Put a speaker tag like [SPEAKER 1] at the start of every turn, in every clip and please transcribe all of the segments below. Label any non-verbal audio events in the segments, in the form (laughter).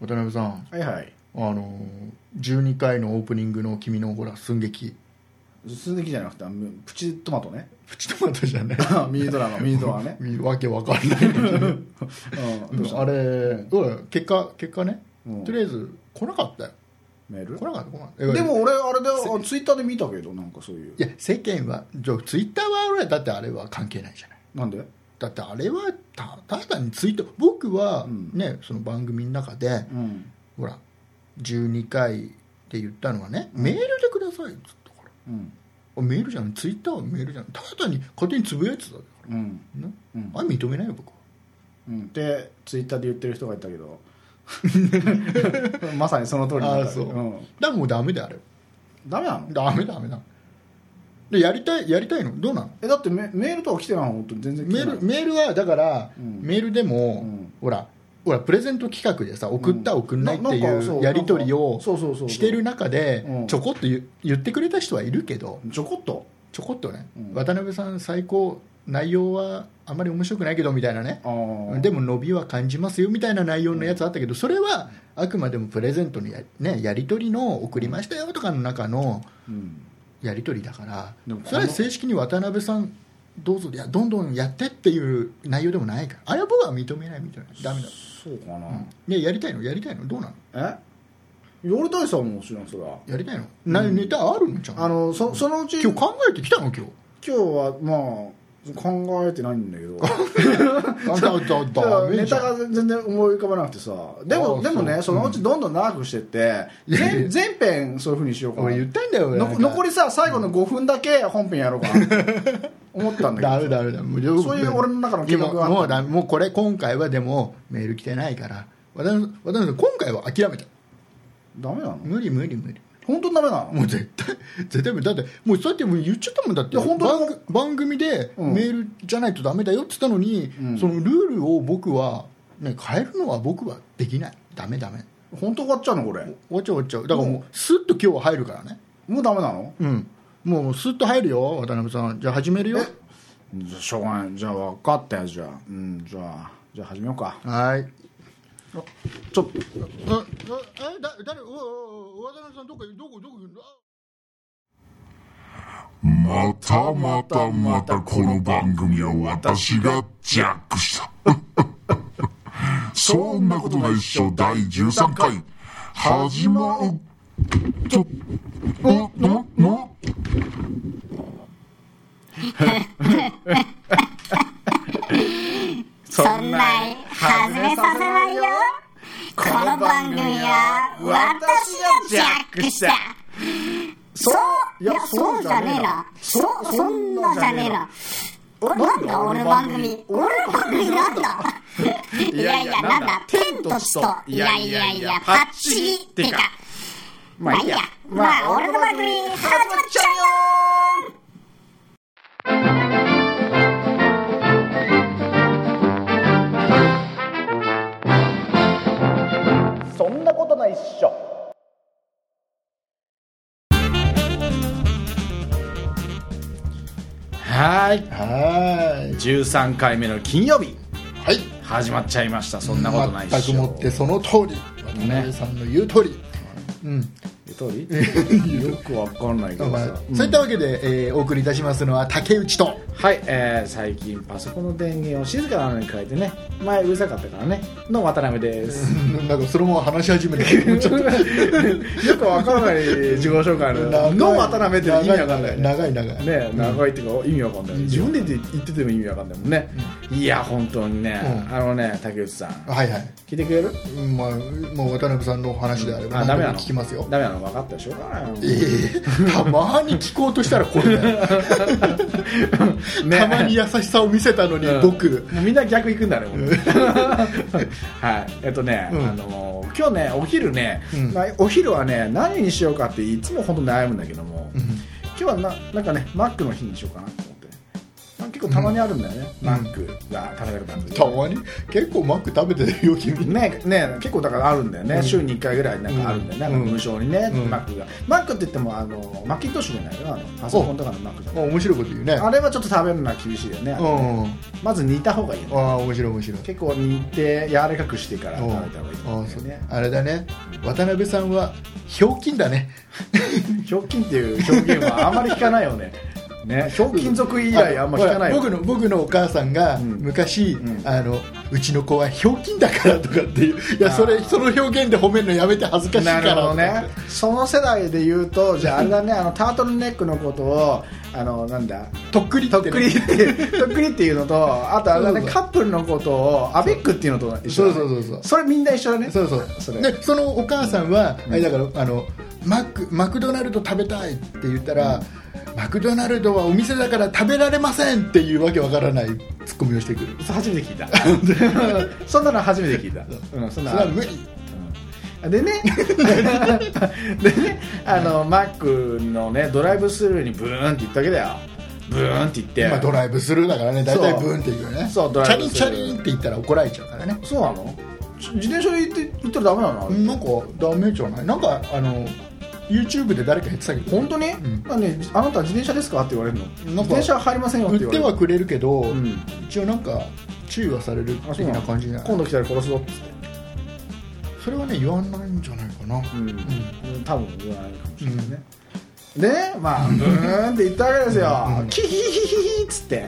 [SPEAKER 1] 渡辺さん
[SPEAKER 2] はいはい
[SPEAKER 1] あの12回のオープニングの君のほら寸劇
[SPEAKER 2] 寸劇じゃなくてあのプチトマトね
[SPEAKER 1] プチトマトじゃない
[SPEAKER 2] (laughs) ミニドラマミニドラマね、
[SPEAKER 1] (laughs) わけわかんない
[SPEAKER 2] (laughs) うん、どうした
[SPEAKER 1] あれどうだよ結果結果ね、
[SPEAKER 2] うん
[SPEAKER 1] とりあえず来なかったよ
[SPEAKER 2] メール
[SPEAKER 1] 来なかった来なかった
[SPEAKER 2] でも俺あれであツイッターで見たけどなんかそういう
[SPEAKER 1] いや世間はじゃあツイッターは俺だってあれは関係ないじゃない
[SPEAKER 2] なんで
[SPEAKER 1] だってあれはたただ単にツイート僕は
[SPEAKER 2] うん
[SPEAKER 1] ね、その番組の中で
[SPEAKER 2] うん
[SPEAKER 1] ほら12回って言ったのはね、メールでくださいっつったから
[SPEAKER 2] うん
[SPEAKER 1] あメールじゃんツイッターはメールじゃんただ単に勝手につぶやいてただか
[SPEAKER 2] うん
[SPEAKER 1] らね、
[SPEAKER 2] うん
[SPEAKER 1] あれ認めないよ僕は
[SPEAKER 2] うんでツイッターで言ってる人がいたけ
[SPEAKER 1] (laughs)
[SPEAKER 2] どまさにその通りだった、
[SPEAKER 1] あそうんだからもうダメだよあれ
[SPEAKER 2] ダメなの
[SPEAKER 1] ダメダメだでやりたいやりたいのどうなの
[SPEAKER 2] えだってメメールとか来てないの本当に全然来
[SPEAKER 1] メ
[SPEAKER 2] てない
[SPEAKER 1] ールメールはだから、
[SPEAKER 2] うん
[SPEAKER 1] メールでも、
[SPEAKER 2] うん
[SPEAKER 1] ほらほらプレゼント企画でさ送った、
[SPEAKER 2] うん
[SPEAKER 1] 送んないって
[SPEAKER 2] ないなんかそうう
[SPEAKER 1] やり取り
[SPEAKER 2] なん
[SPEAKER 1] を
[SPEAKER 2] かそうそうそうそう
[SPEAKER 1] してる中で
[SPEAKER 2] うん
[SPEAKER 1] ちょこっと言言ってくれた人はいるけど
[SPEAKER 2] ちょこっと
[SPEAKER 1] ちょこっとね、
[SPEAKER 2] うん
[SPEAKER 1] 渡辺さん最高内容はあまり面白くないけどみたいなね
[SPEAKER 2] あー
[SPEAKER 1] でも伸びは感じますよみたいな内容のやつあったけどそれはあくまでもプレゼントのや,、ね、やり取りの送りましたよとかの中の
[SPEAKER 2] うん
[SPEAKER 1] やり取りだから
[SPEAKER 2] でもこの
[SPEAKER 1] それは正式に渡辺さんどうぞいやどんどんやってっていう内容でもないからあれは僕は認めないみたいなダメだ、
[SPEAKER 2] そうかな、
[SPEAKER 1] ね、やりたいのやりたいのどうなの
[SPEAKER 2] え夜大さんももちろんそれは
[SPEAKER 1] やりたいの、なネタあるのちゃんと
[SPEAKER 2] あのそそのうち
[SPEAKER 1] 今日考えてきたの今日
[SPEAKER 2] 今日はまあ考えてないんだけど (laughs)
[SPEAKER 1] だだだダメ
[SPEAKER 2] ネ
[SPEAKER 1] じゃ
[SPEAKER 2] タ
[SPEAKER 1] ん
[SPEAKER 2] が全然思い浮かばなくてさで
[SPEAKER 1] あ
[SPEAKER 2] も
[SPEAKER 1] ー
[SPEAKER 2] でもね
[SPEAKER 1] そ
[SPEAKER 2] そうのうちどんどん長くしてって
[SPEAKER 1] いやいや
[SPEAKER 2] 全全編そういうふうにしようかな
[SPEAKER 1] 俺言ったんだよ俺
[SPEAKER 2] の残りさ最後の5分だけ本編やろうかなって (laughs) 思ったん
[SPEAKER 1] ダ
[SPEAKER 2] だけ
[SPEAKER 1] メ
[SPEAKER 2] ど
[SPEAKER 1] ダメだ無料
[SPEAKER 2] そういう俺の中の計画があった
[SPEAKER 1] もうダメもうこれ今回はでもメール来てないから渡辺さん渡辺さん今回は諦めた
[SPEAKER 2] ダメなの
[SPEAKER 1] 無理無理無理
[SPEAKER 2] 本当にダメなの
[SPEAKER 1] もう絶対絶対無理だってもうそうやってもう言っちゃったもんだって
[SPEAKER 2] いや本当に
[SPEAKER 1] 番番組で
[SPEAKER 2] うん
[SPEAKER 1] メールじゃないとダメだよって言ったのに、
[SPEAKER 2] うん
[SPEAKER 1] そのルールを僕は、ね、変えるのは僕はできないダメダメ
[SPEAKER 2] 本当終わっちゃうのこれ
[SPEAKER 1] 終わっちゃう終わっちゃうだからもうスッと今日は入るからね
[SPEAKER 2] もうダメなの
[SPEAKER 1] うんもうスッと入るよ渡辺さんじゃあ始めるよ
[SPEAKER 2] じゃあしょうがないじゃあ分かったよじゃあうんじゃあじゃあ始めようか
[SPEAKER 1] はーい
[SPEAKER 2] ちょっと
[SPEAKER 1] え、え、だ、誰、おお、お、渡辺さん、どこ、どこ、どこ。
[SPEAKER 3] またまたまたこの番組は私がジャックした。 (laughs) そんなことないっしょ、第13回。始まる。ちょ、お、の、の、
[SPEAKER 4] そんなん始めさせないよこの番組は私がジャックしたそういやそうじゃねえなそそんなじゃねえな俺なんだ俺の番組俺の番組なんだいやいやなんだ天と地といやいやいやパッチリってかまあいいやまあ俺の番組始まっちゃうよ
[SPEAKER 2] そんなことないっしょはい
[SPEAKER 1] は
[SPEAKER 2] 13回目の金曜日
[SPEAKER 1] ーい。はい。
[SPEAKER 2] 始まっちゃいましたそんなことないっし
[SPEAKER 1] 全
[SPEAKER 2] ょ
[SPEAKER 1] くもって、その通り。渡辺さんの言う通り。うん、
[SPEAKER 2] 言う通りよくわかんないけど
[SPEAKER 1] まあ
[SPEAKER 2] さ、うん
[SPEAKER 1] そういったわけで、えーお送りいたしますのは竹内と
[SPEAKER 2] はい、えー最近パソコンの電源を静かなのに変えてね前うるさかったからねの渡辺です
[SPEAKER 1] なんかそのまま話し始めてもうちょっ
[SPEAKER 2] (laughs) よくわからない自己紹介
[SPEAKER 1] と
[SPEAKER 2] の「 (laughs) の渡辺」って意味わかんないね
[SPEAKER 1] 長い長い長い
[SPEAKER 2] ね長いっていうか意味わかんない自分で言ってても意味わかんないもんねいや本当にね
[SPEAKER 1] うん
[SPEAKER 2] あのね竹内さん
[SPEAKER 1] はいはい、
[SPEAKER 2] 聞いてくれる
[SPEAKER 1] うんまあ、もう渡辺さんの話であれば
[SPEAKER 2] あダメなの
[SPEAKER 1] 聞きますよ
[SPEAKER 2] ダメなの分かったでしょうがない
[SPEAKER 1] えーたまに聞こうとしたらこれだよ
[SPEAKER 2] ね
[SPEAKER 1] たまに優しさを見せたのに
[SPEAKER 2] うん
[SPEAKER 1] 僕、
[SPEAKER 2] もうみんな逆行くんだねもう (laughs) はいえっとね、
[SPEAKER 1] うん
[SPEAKER 2] あのー今日ねお昼ね、
[SPEAKER 1] うん
[SPEAKER 2] まあ、お昼はね何にしようかっていつも本当悩むんだけども、今日はななんかねマックの日にしようかなと思って、まあ結構たまにあるんだよね、マックが食べたくなる時
[SPEAKER 1] たまに結構マック食べてるよ君
[SPEAKER 2] ねね結構だからあるんだよね、週に1回ぐらいなんかあるんだよね、
[SPEAKER 1] うん
[SPEAKER 2] なんか無償にね、
[SPEAKER 1] うん
[SPEAKER 2] マックがマックって言ってもあのマッキントッシュじゃないよあのパソコンとかのマックじゃ
[SPEAKER 1] あ
[SPEAKER 2] ない
[SPEAKER 1] 面白いこと言うね
[SPEAKER 2] あれはちょっと食べるのは厳しいよね、
[SPEAKER 1] うん
[SPEAKER 2] まず煮た方がいいよね
[SPEAKER 1] ああ面白い面白い
[SPEAKER 2] 結構煮て柔らかくしてから食べた方がいい
[SPEAKER 1] ああ
[SPEAKER 2] よ
[SPEAKER 1] そう
[SPEAKER 2] ね
[SPEAKER 1] あれだね渡辺さんはひょうきんだね
[SPEAKER 2] ひょうきんっていう表現はあんまり聞かないよ
[SPEAKER 1] (laughs)
[SPEAKER 2] ねねひょうきん族以来あんま聞かない
[SPEAKER 1] あ
[SPEAKER 2] よ
[SPEAKER 1] 僕の僕のお母さんが
[SPEAKER 2] ん
[SPEAKER 1] 昔、
[SPEAKER 2] うん
[SPEAKER 1] あのうちの子はひょうきんだからとかっていういやそ
[SPEAKER 2] あ
[SPEAKER 1] れ
[SPEAKER 2] ー
[SPEAKER 1] その表現で褒めるのやめて恥ずかしいか
[SPEAKER 2] な
[SPEAKER 1] ら
[SPEAKER 2] るほど
[SPEAKER 1] とかっ
[SPEAKER 2] ね
[SPEAKER 1] て
[SPEAKER 2] その世代で言うとじゃああれだねあのタートルネックのことをあのなんだ
[SPEAKER 1] とっくり
[SPEAKER 2] と
[SPEAKER 1] と
[SPEAKER 2] っくりってとっくりっていうのとあとあれだ
[SPEAKER 1] そう
[SPEAKER 2] ね
[SPEAKER 1] そう
[SPEAKER 2] カップルのことをアベックっていうのと一緒だね
[SPEAKER 1] そうそうそうそう
[SPEAKER 2] それみんな一緒だね
[SPEAKER 1] そうそうそ
[SPEAKER 2] それ
[SPEAKER 1] でそのお母さんは、
[SPEAKER 2] ん
[SPEAKER 1] あれだからあのマックマクドナルド食べたいって言ったら、マクドナルドはお店だから食べられませんっていうわけわからないツッコミをしてくる
[SPEAKER 2] そう初めて聞いた (laughs) そんなの初めて聞いたうん
[SPEAKER 1] そ
[SPEAKER 2] そん
[SPEAKER 1] れ
[SPEAKER 2] な
[SPEAKER 1] は無理
[SPEAKER 2] でね (laughs) でねあのマックのねドライブスルーにブーンって行ったわけだよブーンって行って、
[SPEAKER 1] まあドライブスルーだからね大体
[SPEAKER 2] そう
[SPEAKER 1] ブーンって言うよね
[SPEAKER 2] そうドラ
[SPEAKER 1] チャ
[SPEAKER 2] イブ
[SPEAKER 1] リン
[SPEAKER 2] ス
[SPEAKER 1] チ
[SPEAKER 2] ルー
[SPEAKER 1] ャリンって言ったら怒られちゃうからね
[SPEAKER 2] そうなのち自転車で行って行ったらダメなのあれ
[SPEAKER 1] なんかダメじゃないなんかあの YouTube で誰か言ってたけど
[SPEAKER 2] 本当に、
[SPEAKER 1] ん
[SPEAKER 2] なんであなた自転車ですかって言われるの自
[SPEAKER 1] なんか
[SPEAKER 2] 転車入りませんよって
[SPEAKER 1] 売
[SPEAKER 2] 言
[SPEAKER 1] っ
[SPEAKER 2] わ
[SPEAKER 1] て
[SPEAKER 2] れる
[SPEAKER 1] はくれるけど、
[SPEAKER 2] ん
[SPEAKER 1] 一応なんか注意はされる
[SPEAKER 2] あ
[SPEAKER 1] 的
[SPEAKER 2] そうな
[SPEAKER 1] な
[SPEAKER 2] の
[SPEAKER 1] 感じじゃない
[SPEAKER 2] 今度来たら殺すぞっつって
[SPEAKER 1] それはね言わないんじゃないかな、
[SPEAKER 2] うん、多分言わないかもしれないね、でねまあブーンって言ったわけですよ、キヒヒヒヒヒっつって、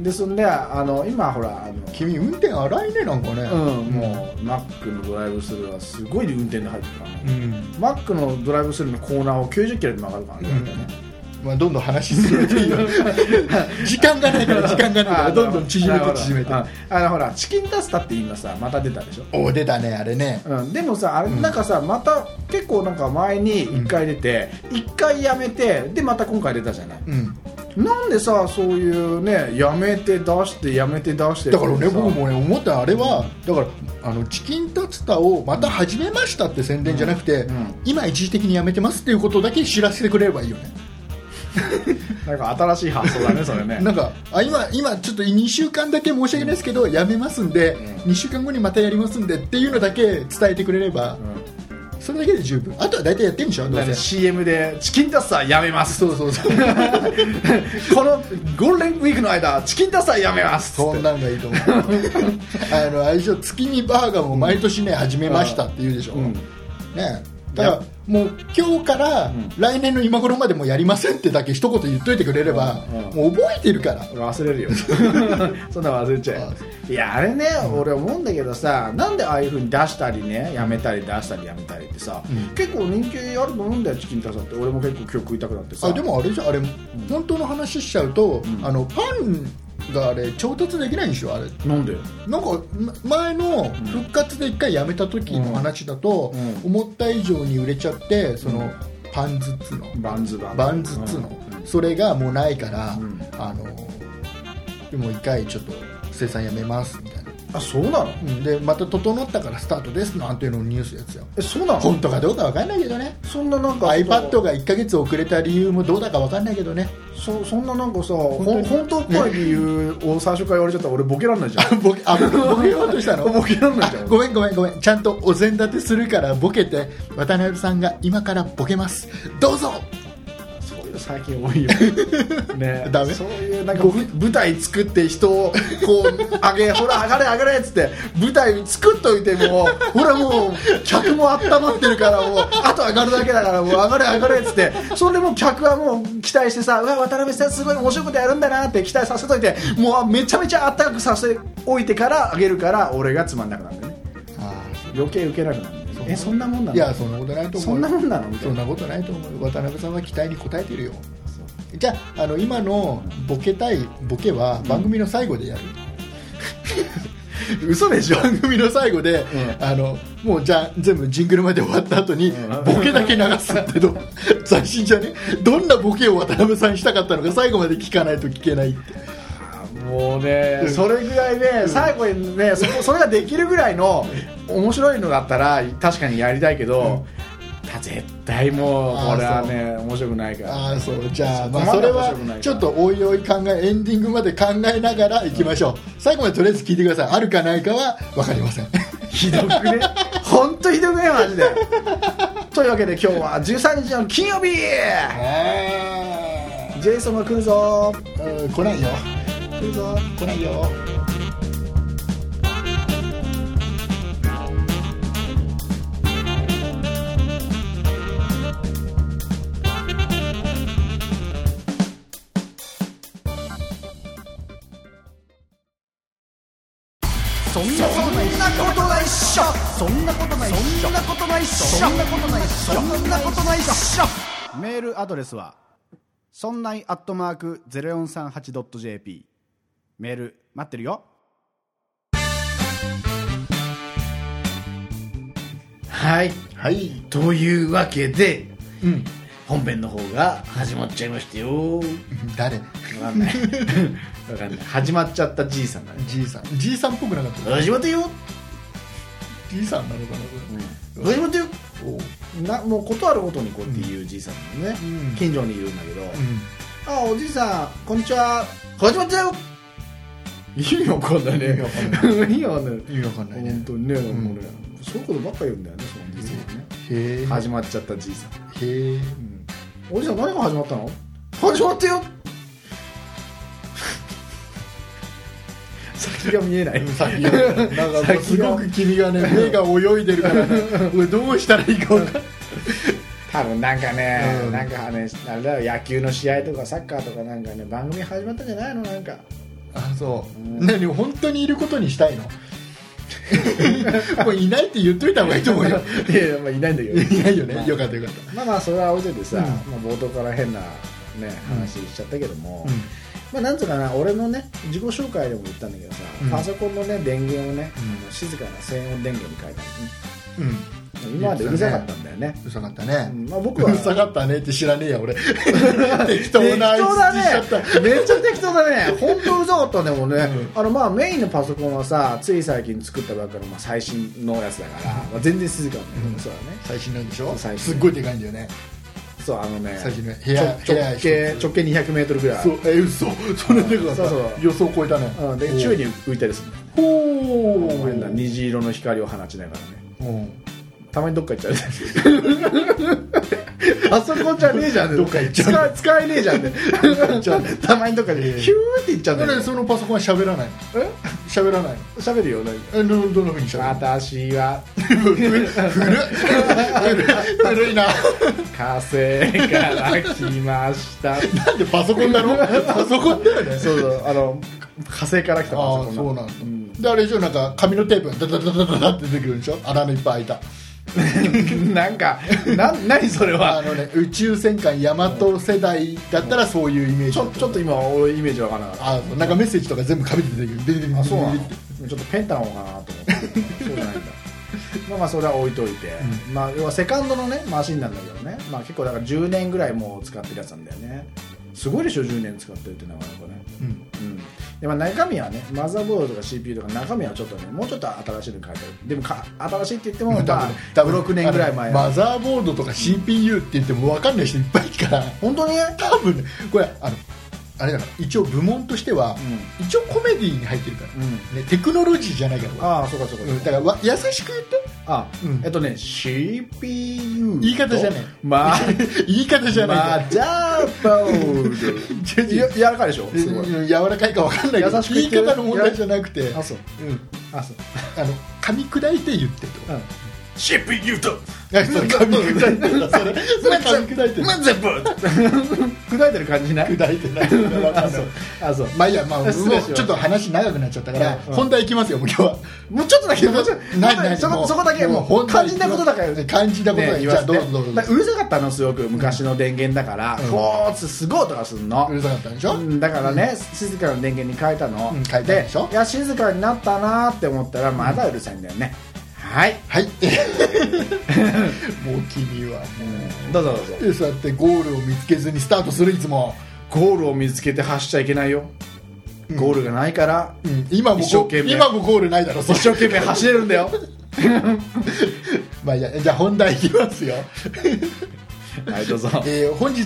[SPEAKER 2] でそんであの今ほらあの
[SPEAKER 1] 君運転荒いねなんかね
[SPEAKER 2] うん、もうマックのドライブスルーはすごい運転で入ってたからね、
[SPEAKER 1] うん
[SPEAKER 2] マックのドライブスルーのコーナーを90キロで曲がるからね、
[SPEAKER 1] まあ、どんどん話するといいよ (laughs) 時間がないから時間がないからどんどん縮めて縮めて
[SPEAKER 2] ああのほらチキンタツタって今さまた出たでしょ、
[SPEAKER 1] おお出たねあれね
[SPEAKER 2] うん、でもさあれなんかさ、また結構なんか前に1回出て、1回やめてでまた今回出たじゃない、
[SPEAKER 1] うん
[SPEAKER 2] なんでさそういうねやめて出してやめて出して
[SPEAKER 1] だからね
[SPEAKER 2] ってさ
[SPEAKER 1] 僕もね思ったあれはだからあのチキンタツタをまた始めましたって宣伝じゃなくて、
[SPEAKER 2] うんうん
[SPEAKER 1] 今一時的にやめてますっていうことだけ知らせてくれればいいよね
[SPEAKER 2] なんか新しい発想だねそれね
[SPEAKER 1] なんかあ今今ちょっと2週間だけ申し訳ないですけどやめますんで、2週間後にまたやりますんでっていうのだけ伝えてくれれば、それだけで十分あとは大体やってんでしょど
[SPEAKER 2] だ
[SPEAKER 1] う
[SPEAKER 2] から
[SPEAKER 1] せ
[SPEAKER 2] CM でチキンタツタやめます
[SPEAKER 1] そうそうそう
[SPEAKER 2] このゴールデンウィークの間チキンタツタやめます
[SPEAKER 1] そんなんがいいと思
[SPEAKER 2] (laughs)
[SPEAKER 1] うあのあれでしょ月見バーガーも毎年ね、始めましたって言うでしょ、
[SPEAKER 2] うん
[SPEAKER 1] ねだからもう今日から来年の今頃までもうやりませんってだけ一言言っといてくれれば、
[SPEAKER 2] うん
[SPEAKER 1] もう覚えてるから、
[SPEAKER 2] 俺忘れる
[SPEAKER 1] (laughs)
[SPEAKER 2] よそんなの忘れちゃ
[SPEAKER 1] あ
[SPEAKER 2] ういやあれね、俺思うんだけどさなんでああいうふうに出したりねやめたり出したりやめたりってさ、結構人気あると思うんだよチキンタツタって俺も結構今日食いたくなってさ
[SPEAKER 1] あでもあれじゃあれ本当の話しちゃうと、あのパンがあれ調達できないんでしょあれ
[SPEAKER 2] なんで
[SPEAKER 1] なんかま前の復活で一回やめた時の話だと、
[SPEAKER 2] うんうん
[SPEAKER 1] 思った以上に売れちゃってその、
[SPEAKER 2] うん
[SPEAKER 1] パンズっつうの
[SPEAKER 2] バンズバン
[SPEAKER 1] バンズっつうの、それがもうないから、
[SPEAKER 2] ん
[SPEAKER 1] あのでもう一回ちょっと生産やめますみたいな
[SPEAKER 2] あそうなの
[SPEAKER 1] うんでまた整ったからスタートですなんていうのをニュースやつよ
[SPEAKER 2] えそうなの
[SPEAKER 1] 本当かどうか分かんないけどね
[SPEAKER 2] そんななんか
[SPEAKER 1] iPad が1ヶ月遅れた理由もどうだか分かんないけどね (laughs)
[SPEAKER 2] そそんななんかさ
[SPEAKER 1] 当
[SPEAKER 2] ほん
[SPEAKER 1] に
[SPEAKER 2] 本当っぽい理由を最初から言われちゃったら俺ボケらんないじゃん
[SPEAKER 1] ボケあボケ (laughs) ボケようとしたの
[SPEAKER 2] (laughs) ボケらんないじゃん
[SPEAKER 1] あごめんごめんごめんちゃんとお膳立てするからボケて渡辺さんが今からボケますどうぞ
[SPEAKER 2] そういうの最近多い (laughs) よね
[SPEAKER 1] ダメ
[SPEAKER 2] そういうなんかぶ舞台作って人をこう上げ (laughs) ほら上がれ上がれっつって舞台作っといてもほらもう客も温まってるからもうあと上がるだけだからもう上がれ上がれっつってそれでもう客はもう期待してさうわ渡辺さんすごい面白いことやるんだなって期待させといてもうめちゃめちゃあったかくさせておいてから上げるから俺がつまんなくなるんだよね余計ウケなくなるんだよねえそんなもんなの
[SPEAKER 1] いやそんなことないと思う
[SPEAKER 2] そんなもんなのみたい
[SPEAKER 1] そんなことないと思う渡辺さんは期待に応えてるよじゃああの今のボケたいボケは番組の最後でやる、 (laughs)
[SPEAKER 2] 嘘でしょ
[SPEAKER 1] 番組の最後で、
[SPEAKER 2] う
[SPEAKER 1] あのもうじゃあ全部ジングルまで終わった後に、ボケだけ流すって (laughs) ど斬新じゃねどんなボケを渡辺さんにしたかったのか最後まで聞かないと聞けないって
[SPEAKER 2] もうね、
[SPEAKER 1] ん
[SPEAKER 2] それぐらいね、最後にねそこそれができるぐらいの面白いのだったら確かにやりたいけど、や絶対もう
[SPEAKER 1] あー
[SPEAKER 2] これはね面白くないから
[SPEAKER 1] ああそうじゃあ,、まあ、
[SPEAKER 2] そ
[SPEAKER 1] そ
[SPEAKER 2] こまで
[SPEAKER 1] れ
[SPEAKER 2] 面
[SPEAKER 1] は
[SPEAKER 2] 白くないから
[SPEAKER 1] ちょっとおいおい考えエンディングまで考えながらいきましょう、最後までとりあえず聞いてくださいあるかないかは分かりません
[SPEAKER 2] ひどくね本当ひどくねマジでというわけで今日は13日の金曜日
[SPEAKER 1] え
[SPEAKER 2] ジェイソンが来るぞ
[SPEAKER 1] ーうん来ないよ
[SPEAKER 2] 来るぞ
[SPEAKER 1] 来ないよ
[SPEAKER 2] そんなことないそんなことないっしょそんなことないそんなことないっしょそんなことないそんなことないっしょメールアドレスはそんないアットマーク 0438.jp メール待ってるよはい
[SPEAKER 1] はい
[SPEAKER 2] というわけで
[SPEAKER 1] うん
[SPEAKER 2] 本編の方が始まっちゃいましたよわ
[SPEAKER 1] 誰
[SPEAKER 2] かんない (laughs) わかんない始まっちゃったじいさんだね
[SPEAKER 1] じいさんじいさんっぽくなかった
[SPEAKER 2] 始まったよ
[SPEAKER 1] じいさんなのかな
[SPEAKER 2] 始まったよなもうことあるごとにこうっていうじいさんもね、
[SPEAKER 1] うん
[SPEAKER 2] 近所にいるんだけど
[SPEAKER 1] う
[SPEAKER 2] 「
[SPEAKER 1] ん
[SPEAKER 2] あおじいさんこんにちは始まったよ」意味わかんないね
[SPEAKER 1] 意味わかん
[SPEAKER 2] ない意味わかんない
[SPEAKER 1] 意味わかんないね
[SPEAKER 2] 本当にね、
[SPEAKER 1] ん
[SPEAKER 2] もうねそういうことばっか言うんだよねそのおじいさんはね、
[SPEAKER 1] へえ
[SPEAKER 2] 始まっちゃったじいさん
[SPEAKER 1] へえ
[SPEAKER 2] おじさん何が始まったの始まったよ先が見えない
[SPEAKER 1] 先が
[SPEAKER 2] (laughs)
[SPEAKER 1] なんかもうすごく君 (laughs) がね目が泳いでるから (laughs) ね俺どうしたらいいか分かんない
[SPEAKER 2] 多分なんかね、
[SPEAKER 1] うん
[SPEAKER 2] なんかねあれだよ野球の試合とかサッカーとかなんかね番組始まったんじゃないのなんか
[SPEAKER 1] (laughs) あそう、
[SPEAKER 2] うん
[SPEAKER 1] 何本当にいることに (laughs) したいのもういないって言っといた方がいいと思うよ
[SPEAKER 2] (laughs) いやいやまあ (laughs) いないんだけど
[SPEAKER 1] いないよね、
[SPEAKER 2] まあ
[SPEAKER 1] よかったよかった
[SPEAKER 2] まあまあそれは置いといてさ、
[SPEAKER 1] うん
[SPEAKER 2] まあ、冒頭から変なね話しちゃったけども、
[SPEAKER 1] うん
[SPEAKER 2] まあなんとかな俺のね自己紹介でも言ったんだけどさ、
[SPEAKER 1] うん
[SPEAKER 2] パソコンのね電源をね、
[SPEAKER 1] うん
[SPEAKER 2] あの静かな静音電源に変え
[SPEAKER 1] うん
[SPEAKER 2] たのね今までうるさかったんだよね
[SPEAKER 1] うるさかった
[SPEAKER 2] う
[SPEAKER 1] ね、
[SPEAKER 2] んまあ、
[SPEAKER 1] う
[SPEAKER 2] 僕は
[SPEAKER 1] るさかったねって知らねえ (laughs) や俺適当な
[SPEAKER 2] 適当だね
[SPEAKER 1] 相槌しちゃった
[SPEAKER 2] めっちゃ適当だね本当うざかったねもうね、
[SPEAKER 1] う
[SPEAKER 2] あのまあメインのパソコンはさつい最近作ったばっかの、まあ、最新のやつだから、まあ、全然静かなんだけど、
[SPEAKER 1] うん
[SPEAKER 2] そうだね
[SPEAKER 1] 最新なんでしょ
[SPEAKER 2] 最新
[SPEAKER 1] すっごいでかいんだよね
[SPEAKER 2] そうあのね
[SPEAKER 1] 最新の部
[SPEAKER 2] ちょ
[SPEAKER 1] 屋
[SPEAKER 2] 直
[SPEAKER 1] 部屋一つ
[SPEAKER 2] 径直径2 0 0ルぐらい
[SPEAKER 1] そうえ嘘それでかさ
[SPEAKER 2] そうそう
[SPEAKER 1] 予想を超えたね
[SPEAKER 2] うん、で宙に浮いたりするんだよね
[SPEAKER 1] ほお
[SPEAKER 2] こう変な虹色の光を放ちながらね
[SPEAKER 1] うん
[SPEAKER 2] たまにどっか行っちゃうね (laughs) あそこじゃねえじゃん
[SPEAKER 1] どっか行っちゃう
[SPEAKER 2] 使使えねえじゃんね
[SPEAKER 1] じゃあ
[SPEAKER 2] たまにどっかでヒューって行っちゃうんだよ
[SPEAKER 1] なん
[SPEAKER 2] ね
[SPEAKER 1] でそのパソコンは喋らないの
[SPEAKER 2] え
[SPEAKER 1] 喋らないの
[SPEAKER 2] 喋るよなんか
[SPEAKER 1] えどどんなふうに喋る
[SPEAKER 2] 私は
[SPEAKER 1] の古い古いな
[SPEAKER 2] 火星から来ました。
[SPEAKER 1] なんでパソコンだろパソコンだよね
[SPEAKER 2] そうそう、あの、火星から来た
[SPEAKER 1] ああ
[SPEAKER 2] パソ
[SPEAKER 1] そ
[SPEAKER 2] コ
[SPEAKER 1] う
[SPEAKER 2] ン
[SPEAKER 1] な
[SPEAKER 2] の
[SPEAKER 1] んだ、であれでしょなんか紙のテープがダダダダダダって出てくるんでしょ穴のいっぱい開いた
[SPEAKER 2] (laughs) なんか、な、なにそれ
[SPEAKER 1] あ
[SPEAKER 2] は。
[SPEAKER 1] のね宇宙戦艦ヤマト世代だったらそういうイメージ
[SPEAKER 2] ちょ、ちょっと今、俺イメージわからなかっ
[SPEAKER 1] あそうなんかメッセージとか全部紙で出てくるビリビリビリビ
[SPEAKER 2] た。
[SPEAKER 1] リ
[SPEAKER 2] あ、そうなの。ちょっとペンタの方かなと思って。そうじゃない
[SPEAKER 1] (laughs)
[SPEAKER 2] んだ。まあまあそれは置いといて、まあ要はセカンドのねマシンなんだけどねまあ結構だから10年ぐらいもう使ってるやつなんだよねすごいでしょ10年使ってるってなかなかね
[SPEAKER 1] うん
[SPEAKER 2] うんでまあ、中身はねマザーボードとか CPU とか中身はちょっとねもうちょっと新しいの変えてるでもか新しいって言っても、まあ、
[SPEAKER 1] (laughs) 多分
[SPEAKER 2] 56年ぐらい前
[SPEAKER 1] あのマザーボードとか CPU って言っても分かんない人いっぱいいるから
[SPEAKER 2] 本当にね
[SPEAKER 1] 多分ねこれあのあれだから一応部門としては、一応コメディーに入ってるから、
[SPEAKER 2] うん
[SPEAKER 1] ね、テクノロジーじゃないからこれ
[SPEAKER 2] ああそうかそうか
[SPEAKER 1] う
[SPEAKER 2] そうん
[SPEAKER 1] だ
[SPEAKER 2] か、
[SPEAKER 1] からわ優しく言って
[SPEAKER 2] あ、
[SPEAKER 1] うん
[SPEAKER 2] えっとね CPU と
[SPEAKER 1] 言い方じゃない
[SPEAKER 2] まあ
[SPEAKER 1] (laughs) 言い方じゃないから
[SPEAKER 2] マザーボードや柔らかいでしょすごい
[SPEAKER 1] うん柔らかいか分かんないけど
[SPEAKER 2] 優しく言
[SPEAKER 1] 言
[SPEAKER 2] っ
[SPEAKER 1] い
[SPEAKER 2] てる
[SPEAKER 1] 方の問題じゃなくて、うん、
[SPEAKER 2] あそうあそう
[SPEAKER 1] あの噛み砕いて言ってと
[SPEAKER 2] (laughs) うん CPU と
[SPEAKER 1] あそれ噛み砕いてる (laughs) それそれ噛み砕いてる
[SPEAKER 2] マザーボード砕いてる感じない
[SPEAKER 1] (laughs) 砕いてない分かんない
[SPEAKER 2] あそう
[SPEAKER 1] まあいいやまあもう
[SPEAKER 2] (laughs) 失礼しました
[SPEAKER 1] ちょっと話長くなっちゃったから、
[SPEAKER 2] うん
[SPEAKER 1] 本題いきますよもう今日は
[SPEAKER 2] もうちょっとだけもうちょっと
[SPEAKER 1] ないない
[SPEAKER 2] そこそこだけもう肝心なことだから
[SPEAKER 1] 肝心なことだから、
[SPEAKER 2] ね
[SPEAKER 1] じゃあどうぞどうぞ
[SPEAKER 2] だからうるさかったのすごく昔の電源だから「
[SPEAKER 1] ん
[SPEAKER 2] こうつすごいとかすんの
[SPEAKER 1] うるさかったんでしょ、
[SPEAKER 2] うんだからね、静かな電源に変えたの、
[SPEAKER 1] うん変えたでしょ
[SPEAKER 2] いや静かになったなーって思ったらまだうるさいんだよね、はい
[SPEAKER 1] はい (laughs) もう君はも
[SPEAKER 2] どうぞどうぞ
[SPEAKER 1] うでそうやってゴールを見つけずにスタートするいつも、
[SPEAKER 2] ゴールを見つけて走っちゃいけないよ、ゴールがないから、
[SPEAKER 1] うん今もゴ
[SPEAKER 2] 一生懸命
[SPEAKER 1] (laughs) 今もゴールないだろそ
[SPEAKER 2] 一生懸命走れるんだよ
[SPEAKER 1] まあいいやじゃあ本題いきますよ、
[SPEAKER 2] はいどうぞ
[SPEAKER 1] えー本日、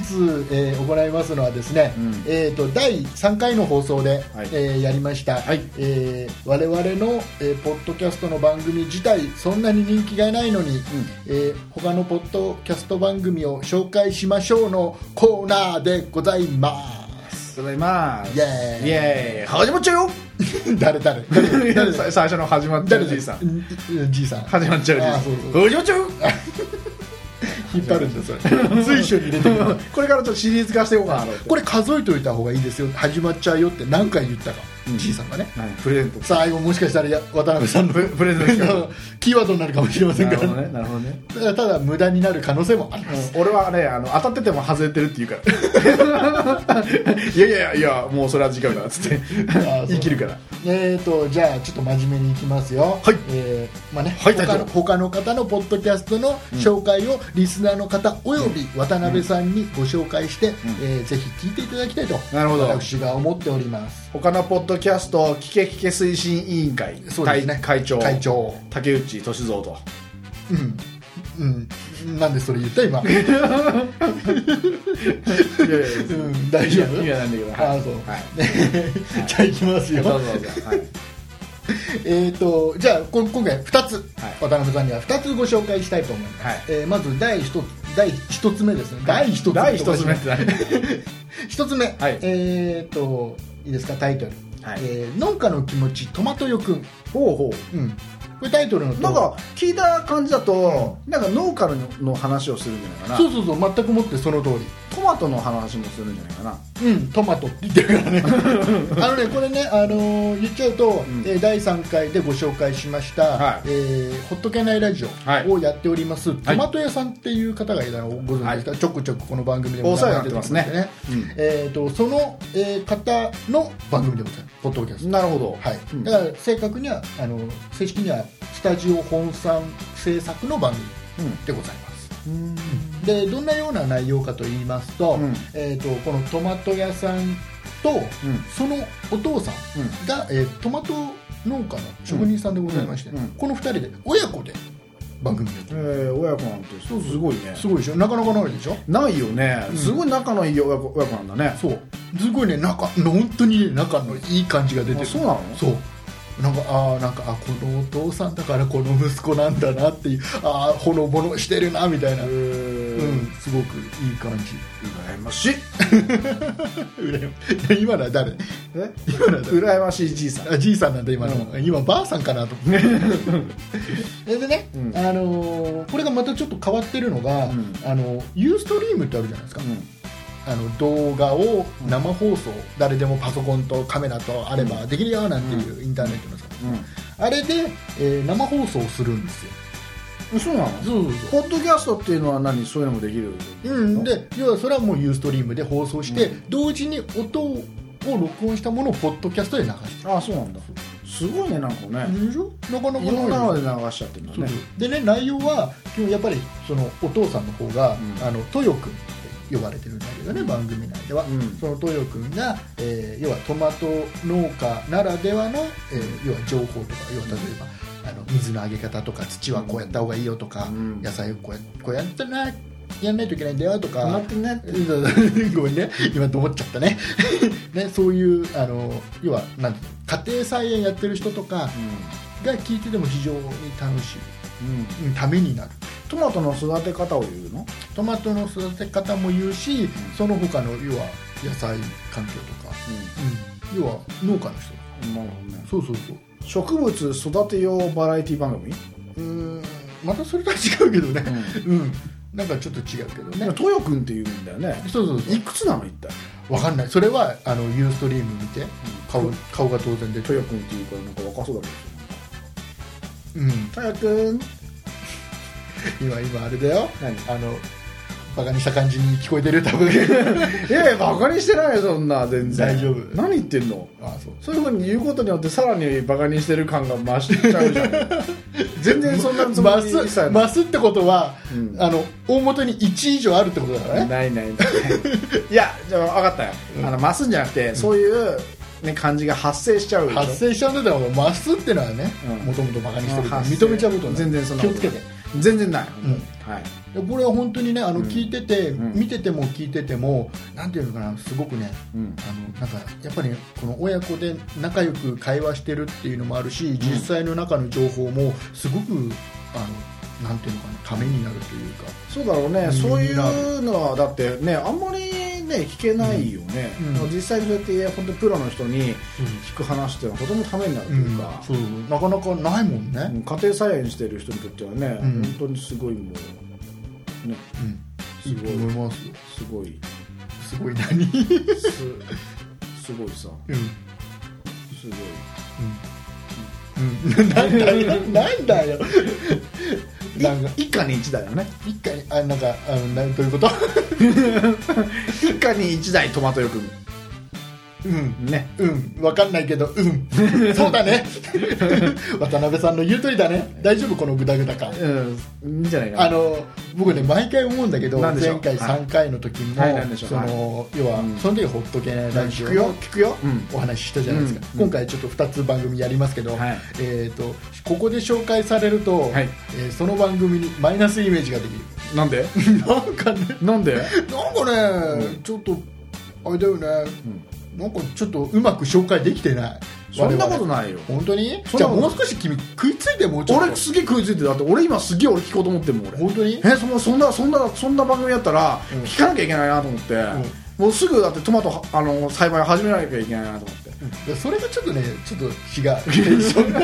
[SPEAKER 1] えー行いますのはですね、
[SPEAKER 2] ん
[SPEAKER 1] えー、と第3回の放送で、
[SPEAKER 2] はい
[SPEAKER 1] えーやりました、
[SPEAKER 2] はい
[SPEAKER 1] えー我々の、えーポッドキャストの番組自体そんなに人気がないのに、えー他のポッドキャスト番組を紹介しましょうのコーナーでございます (laughs)
[SPEAKER 2] ございます
[SPEAKER 1] イエーイ
[SPEAKER 2] イエーイ始まっちゃうよ
[SPEAKER 1] 誰
[SPEAKER 2] (laughs)
[SPEAKER 1] 誰誰誰
[SPEAKER 2] さ最初の始まっちゃ
[SPEAKER 1] 誰
[SPEAKER 2] うじいさん
[SPEAKER 1] んじいさん
[SPEAKER 2] 始まっちゃうじいさ
[SPEAKER 1] あ
[SPEAKER 2] ん
[SPEAKER 1] そうそう
[SPEAKER 2] 始まっちゃうよ
[SPEAKER 1] 引っ張るんです
[SPEAKER 2] (laughs)
[SPEAKER 1] よ随所に入れてくる
[SPEAKER 2] これからちょっとシリーズ化していこうかなと
[SPEAKER 1] これ数えておいた方がいいですよ始まっちゃうよって何回言ったか、じいさんがね
[SPEAKER 2] はいプレゼント
[SPEAKER 1] 最後もしかしたらや渡辺さんの
[SPEAKER 2] ププレゼント
[SPEAKER 1] (laughs)
[SPEAKER 2] 企画
[SPEAKER 1] キーワードになるかもしれません
[SPEAKER 2] な
[SPEAKER 1] から
[SPEAKER 2] るほど (laughs) ねなるほどね
[SPEAKER 1] ただただ無駄になる可能性もあります、
[SPEAKER 2] うん俺はねあの当たってても外れてるって言うか
[SPEAKER 1] (laughs)
[SPEAKER 2] らいやいやいやもうそれは違うからっつって
[SPEAKER 1] あーそう
[SPEAKER 2] 生きるから
[SPEAKER 1] えーとじゃあちょっと真面目にいきますよ
[SPEAKER 2] はい
[SPEAKER 1] えーまあね、
[SPEAKER 2] はい
[SPEAKER 1] 他の
[SPEAKER 2] 大丈夫
[SPEAKER 1] 他の方のポッドキャストの紹介をリスナーの方および渡辺さんにご紹介して、えーぜひ聞いていただきたいと
[SPEAKER 2] なるほど
[SPEAKER 1] 私が思っております
[SPEAKER 2] 他のポッドキャスト聞け聞け推進委員会
[SPEAKER 1] そうですね
[SPEAKER 2] 会会長
[SPEAKER 1] 会長
[SPEAKER 2] 竹内俊三と
[SPEAKER 1] うんなんでそれ言 (laughs) った今、う
[SPEAKER 2] いやいやいや
[SPEAKER 1] ん、大丈夫
[SPEAKER 2] 意味はないんだけど
[SPEAKER 1] あーそう、
[SPEAKER 2] はい
[SPEAKER 1] (laughs) じゃあいきますよ
[SPEAKER 2] どうぞどうぞはい
[SPEAKER 1] えー、とじゃあこ今回2つ、
[SPEAKER 2] はい
[SPEAKER 1] 渡辺さんには2つご紹介したいと思います、
[SPEAKER 2] はい
[SPEAKER 1] えーまず第 1, 第一つ目ですね、第1つ目
[SPEAKER 2] (laughs) 第一つ目って何
[SPEAKER 1] 一つ目、
[SPEAKER 2] (laughs) はい
[SPEAKER 1] えー、といいですかタイトル、
[SPEAKER 2] はい
[SPEAKER 1] えー農家の気持ちトマトよくん」
[SPEAKER 2] ほうほう
[SPEAKER 1] うん、これタイトルの通り
[SPEAKER 2] なんか聞いた感じだと、なんか農家のの話をするんじゃないかな
[SPEAKER 1] そうそうそう全くもってその通
[SPEAKER 2] トマトの話もするんじゃないかな
[SPEAKER 1] りうんトマトって言ってるからね (laughs) あのねこれね、あのー言っちゃうと、
[SPEAKER 2] ん
[SPEAKER 1] えー第3回でご紹介しました、
[SPEAKER 2] はい
[SPEAKER 1] えーほっとけないラジ
[SPEAKER 2] はい
[SPEAKER 1] オをやっております、
[SPEAKER 2] はい
[SPEAKER 1] トマト屋さんっていう方がいたのをご存知ですか、ちょくちょくこの番組でも
[SPEAKER 2] お世話になってますね
[SPEAKER 1] 名前出てくるんですねえー、とその、えー方の番組でございますポッドキャスト
[SPEAKER 2] なるほど
[SPEAKER 1] はい、
[SPEAKER 2] うん
[SPEAKER 1] だから正確にはあの正式にはスタジオ本産制作の番組でございます、でどんなような内容かと言いますと,、
[SPEAKER 2] うん
[SPEAKER 1] えー、とこのトマト屋さんと、そのお父さんが、えートマト農家の職人さんでございまして、
[SPEAKER 2] うんうん
[SPEAKER 1] この2人で親子で番組やって
[SPEAKER 2] え
[SPEAKER 1] る、
[SPEAKER 2] ー、親子なんてすごいね
[SPEAKER 1] すごいでしょなかなかないでしょ
[SPEAKER 2] ないよね、
[SPEAKER 1] ん
[SPEAKER 2] すごい仲のいい親子親子なんだね
[SPEAKER 1] そうすごいね仲本当にね仲のいい感じが出て
[SPEAKER 2] あ
[SPEAKER 1] る
[SPEAKER 2] そうなの
[SPEAKER 1] そうなんかあーなんかあこのお父さんだからこの息子なんだなっていうあーほのぼのしてるなみたいな、
[SPEAKER 2] え
[SPEAKER 1] うん
[SPEAKER 2] ー
[SPEAKER 1] すごくいい感じ (laughs)
[SPEAKER 2] 羨ましい
[SPEAKER 1] 羨ま今のは誰
[SPEAKER 2] え
[SPEAKER 1] 今のは誰
[SPEAKER 2] 羨ましいじいさん
[SPEAKER 1] あじいさんなんだ今の、今ばあさんかな (laughs) と思ってそれでね、
[SPEAKER 2] うん
[SPEAKER 1] あのーこれがまたちょっと変わってるのが、
[SPEAKER 2] ん
[SPEAKER 1] あのユーストリームってあるじゃないですか、あの動画を生放送、誰でもパソコンとカメラとあればできるよなんていうインターネットのさ、あれで、えー生放送をするんですよ
[SPEAKER 2] うんそうなの
[SPEAKER 1] そうそう
[SPEAKER 2] ポッドキャストっていうのは何そういうのもできる
[SPEAKER 1] ん、で要はそれはもうユーストリームで放送して、同時に音を録音したものをポッドキャストで流して
[SPEAKER 2] あそうなんだすごいねなんかね、
[SPEAKER 1] るでしょなかなか
[SPEAKER 2] いろんな
[SPEAKER 1] ない
[SPEAKER 2] ので流しちゃってるんだ
[SPEAKER 1] そう
[SPEAKER 2] ね
[SPEAKER 1] そうでね内容は基本やっぱりそのお父さんの方が、
[SPEAKER 2] ん
[SPEAKER 1] あのトヨ君って呼ばれてるんだけどね、番組内では、
[SPEAKER 2] うん
[SPEAKER 1] そのトヨ君が、えー要はトマト農家ならではの、えー要は情報とか要は例えば、あの水のあげ方とか土はこうやった方がいいよとか、
[SPEAKER 2] うん
[SPEAKER 1] 野菜をこうやこうやったなやんないといけないんだよとか、
[SPEAKER 2] なってねって
[SPEAKER 1] (laughs) ごめんね今と思っちゃったね (laughs) ねそういうあの要はなんていうの家庭菜園やってる人とかが聞いてても非常に楽しい
[SPEAKER 2] うん
[SPEAKER 1] う
[SPEAKER 2] うん
[SPEAKER 1] んためになる
[SPEAKER 2] トマトの育て方を言うの
[SPEAKER 1] トマトの育て方も言うし、その他の要は野菜環境とか、うん要は農家の人
[SPEAKER 2] うんなるほどね
[SPEAKER 1] そうそうそう
[SPEAKER 2] 植物育て用バラエティ番組
[SPEAKER 1] うーんまたそれとは違うけどねうん、なんかちょっと違うけどね
[SPEAKER 2] トヨくんっていうんだよね
[SPEAKER 1] そうそうそ
[SPEAKER 2] いくつなの一体
[SPEAKER 1] うわかんないそれはあのユーストリーム見て顔顔が当然出
[SPEAKER 2] ト
[SPEAKER 1] て
[SPEAKER 2] ヨくんっていうからなんか若そうだ
[SPEAKER 1] うん
[SPEAKER 2] けどトヨくん
[SPEAKER 1] 今今あれだよ
[SPEAKER 2] 何
[SPEAKER 1] あのバカにした感じに聞こえてる多分
[SPEAKER 2] いやいやバカにしてないよそんな全然
[SPEAKER 1] 大丈夫
[SPEAKER 2] 何言ってんの
[SPEAKER 1] (laughs) あそう
[SPEAKER 2] そういうふうに言うことによってさらにバカにしてる感が増しちゃうじゃん全然そんなつも
[SPEAKER 1] マ
[SPEAKER 2] り一切
[SPEAKER 1] ス
[SPEAKER 2] な
[SPEAKER 1] マスってことは、
[SPEAKER 2] うん
[SPEAKER 1] あの大元に1以上あるってことだから
[SPEAKER 2] い
[SPEAKER 1] ね
[SPEAKER 2] ないないないいやじゃあ分かったよ、あの増すんじゃなくて、そういう、ね、感じが発生しちゃうでしょ
[SPEAKER 1] 発生しちゃうんだったらマスってのはね
[SPEAKER 2] うん
[SPEAKER 1] もともとバカにしてるから
[SPEAKER 2] 発生
[SPEAKER 1] 認めちゃうことになる
[SPEAKER 2] 全然そんな
[SPEAKER 1] 気
[SPEAKER 2] こ
[SPEAKER 1] を
[SPEAKER 2] と
[SPEAKER 1] つけて
[SPEAKER 2] 全然ない、
[SPEAKER 1] ん
[SPEAKER 2] はい
[SPEAKER 1] でこれは本当にねあの
[SPEAKER 2] ん
[SPEAKER 1] 聞いてて、
[SPEAKER 2] ん
[SPEAKER 1] 見てても聞いててもなんていうのかなすごくね、
[SPEAKER 2] うん
[SPEAKER 1] あのなんかやっぱりこの親子で仲良く会話してるっていうのもあるし実際の中の情報もすごくあのなんていうのかなためになるというか、
[SPEAKER 2] そうだろうね、
[SPEAKER 1] うん
[SPEAKER 2] そういうのはだってねあんまりね聞けないよね、
[SPEAKER 1] うん
[SPEAKER 2] だから実際にそうやって本当にプロの人に聞く話っていうのはとてもためになるというか、
[SPEAKER 1] そうなかなかないもんね、
[SPEAKER 2] うん家庭菜園してる人にとってはね、
[SPEAKER 1] うん
[SPEAKER 2] 本当にすごいもうね
[SPEAKER 1] うん、
[SPEAKER 2] すごい
[SPEAKER 1] 思いますよ
[SPEAKER 2] すごい
[SPEAKER 1] すごい何 (laughs)
[SPEAKER 2] すすごいさ
[SPEAKER 1] うん
[SPEAKER 2] すごい
[SPEAKER 1] うん、なんだよなんだ
[SPEAKER 2] (laughs)
[SPEAKER 1] よなんか
[SPEAKER 2] 一家に一台だ (laughs) ね
[SPEAKER 1] 一回あなんかあのなんということ
[SPEAKER 2] 一家に一台トマトよく
[SPEAKER 1] うん
[SPEAKER 2] ね
[SPEAKER 1] うん、わかんないけど、うん、そうだ
[SPEAKER 2] (laughs)
[SPEAKER 1] ね。渡辺さんの言う通りだね。大丈夫このグダグダ感。
[SPEAKER 2] うんいいんじゃないかな
[SPEAKER 1] あの僕ね毎回思うんだけど、
[SPEAKER 2] なん
[SPEAKER 1] 前
[SPEAKER 2] でしょう
[SPEAKER 1] 回
[SPEAKER 2] はい
[SPEAKER 1] 3回の時も、
[SPEAKER 2] はいなんでしょう
[SPEAKER 1] その、要は、
[SPEAKER 2] うん
[SPEAKER 1] その時ほっとけないラジオの
[SPEAKER 2] 聞くよ聞くよ、うん
[SPEAKER 1] お話ししたじゃないですか。
[SPEAKER 2] うん
[SPEAKER 1] 今回ちょっと2つ番組やりますけど、
[SPEAKER 2] はい
[SPEAKER 1] えっ、とここで紹介されると、
[SPEAKER 2] はい
[SPEAKER 1] えーその番組にマイナスイメージができる。
[SPEAKER 2] なんで
[SPEAKER 1] なんかね。
[SPEAKER 2] なんで
[SPEAKER 1] なんかね、ちょっとあれだよね、なんかちょっとうまく紹介できてない
[SPEAKER 2] そんなこと
[SPEAKER 1] い
[SPEAKER 2] ないよ
[SPEAKER 1] 本当に
[SPEAKER 2] そん
[SPEAKER 1] じ
[SPEAKER 2] な
[SPEAKER 1] ゃあ
[SPEAKER 2] こ
[SPEAKER 1] も
[SPEAKER 2] と
[SPEAKER 1] う少し君食いついてもうちょっと
[SPEAKER 2] 俺すげえ食いついてるだって俺今すげえ俺聞こうと思ってるもん俺
[SPEAKER 1] 本当に
[SPEAKER 2] えそのそんなそんなそんな番組やったら
[SPEAKER 1] うん
[SPEAKER 2] 聞かなきゃいけないなと思って、もうすぐだってトマトはあの栽培始めなきゃいけないなと思って、
[SPEAKER 1] それがちょっとねちょっと違う (laughs) そんな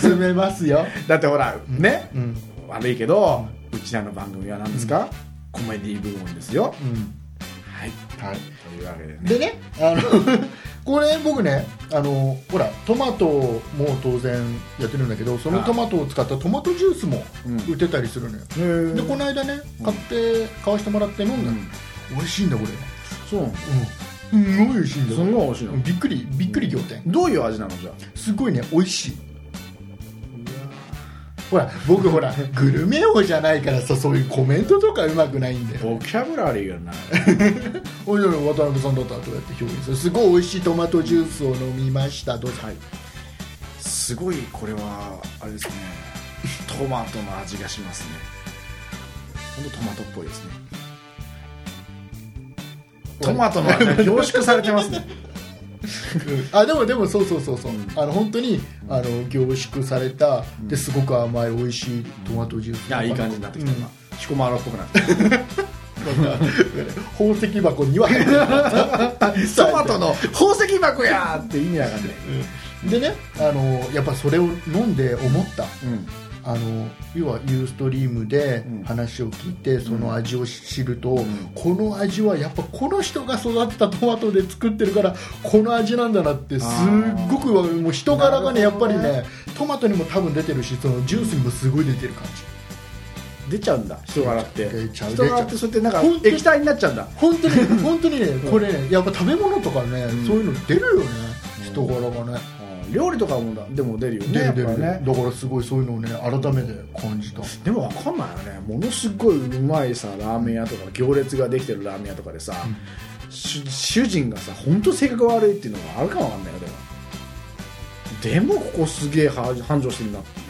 [SPEAKER 1] 進めますよ、
[SPEAKER 2] だってほら、ね、
[SPEAKER 1] うん
[SPEAKER 2] 悪いけどうちらの番組は何ですか、コメディ部門ですよ
[SPEAKER 1] うん、
[SPEAKER 2] はい、はい、というわけ
[SPEAKER 1] で
[SPEAKER 2] でね
[SPEAKER 1] ねあの (laughs) これ僕ねあのほらトマトも当然やってるんだけどそのトマトを使ったトマトジュースも
[SPEAKER 2] うん
[SPEAKER 1] 売ってたりするのよ、
[SPEAKER 2] へー
[SPEAKER 1] でこの間ね買って買わしてもらって飲んだの、美味しいんだこれ
[SPEAKER 2] そうなの
[SPEAKER 1] うんすごい美味しいんだ
[SPEAKER 2] すんごい美味しいの、
[SPEAKER 1] うんびっくりびっくり仰天
[SPEAKER 2] どういう味なのじゃ
[SPEAKER 1] すごいね美味しいほら僕ほらグルメ王じゃないからさそういうコメントとかうまくないんだよ
[SPEAKER 2] ボキャブラリーがない
[SPEAKER 1] おいおい渡辺さんだったらどうやって表現するすごい美味しいトマトジュースを飲みましたどうぞ
[SPEAKER 2] はいすごいこれはあれ
[SPEAKER 1] (laughs)
[SPEAKER 2] ですねトマトの味がしますねほんとトマトっぽいですねトマトの味
[SPEAKER 1] (laughs)
[SPEAKER 2] が凝縮されてますね
[SPEAKER 1] あでもでもそうそうそうそう、
[SPEAKER 2] うん
[SPEAKER 1] あの本当にあの凝縮されたですごく甘い美味しいトマトジュース
[SPEAKER 2] いやいい感じになってきた
[SPEAKER 1] うん
[SPEAKER 2] 今彦摩呂っぽく
[SPEAKER 1] (laughs)
[SPEAKER 2] なってき
[SPEAKER 1] なんか (laughs) 宝石箱には入ってなかった
[SPEAKER 2] た (laughs) トマトの宝石箱やーって意味わかんな
[SPEAKER 1] で
[SPEAKER 2] い、
[SPEAKER 1] ねあのやっぱそれを飲んで思った
[SPEAKER 2] うん
[SPEAKER 1] あの要はユーストリームで
[SPEAKER 2] うん
[SPEAKER 1] 話を聞いてその味を知ると、この味はやっぱこの人が育てたトマトで作ってるからこの味なんだなってすっごくわかるもう人柄がね
[SPEAKER 2] な
[SPEAKER 1] や
[SPEAKER 2] る
[SPEAKER 1] っ
[SPEAKER 2] ほ
[SPEAKER 1] ぱ
[SPEAKER 2] ど
[SPEAKER 1] り
[SPEAKER 2] ね
[SPEAKER 1] ねトマトにも多分出てるしそのジュースにもすごい出てる感じ
[SPEAKER 2] 出ちゃうんだ人柄って
[SPEAKER 1] 出ちゃう
[SPEAKER 2] 人柄っ
[SPEAKER 1] 出
[SPEAKER 2] て
[SPEAKER 1] ちゃう
[SPEAKER 2] そうやってなんか
[SPEAKER 1] 本当に
[SPEAKER 2] 液体になっちゃうんだ
[SPEAKER 1] 本当に本当にねこれねやっぱ食べ物とかね、そういうの出るよね人柄がね
[SPEAKER 2] うん料理とかもだでも出るよね
[SPEAKER 1] 出る出
[SPEAKER 2] やっ
[SPEAKER 1] る、
[SPEAKER 2] ぱね
[SPEAKER 1] だからすごいそういうのをね改めて感じた
[SPEAKER 2] でも分かんないよねものすごいうまいさラーメン屋とか行列ができてるラーメン屋とかでさ、主主人がさ本当性格悪いっていうのがあるかもわかんないよでもでもここすげえは繁盛してるなってい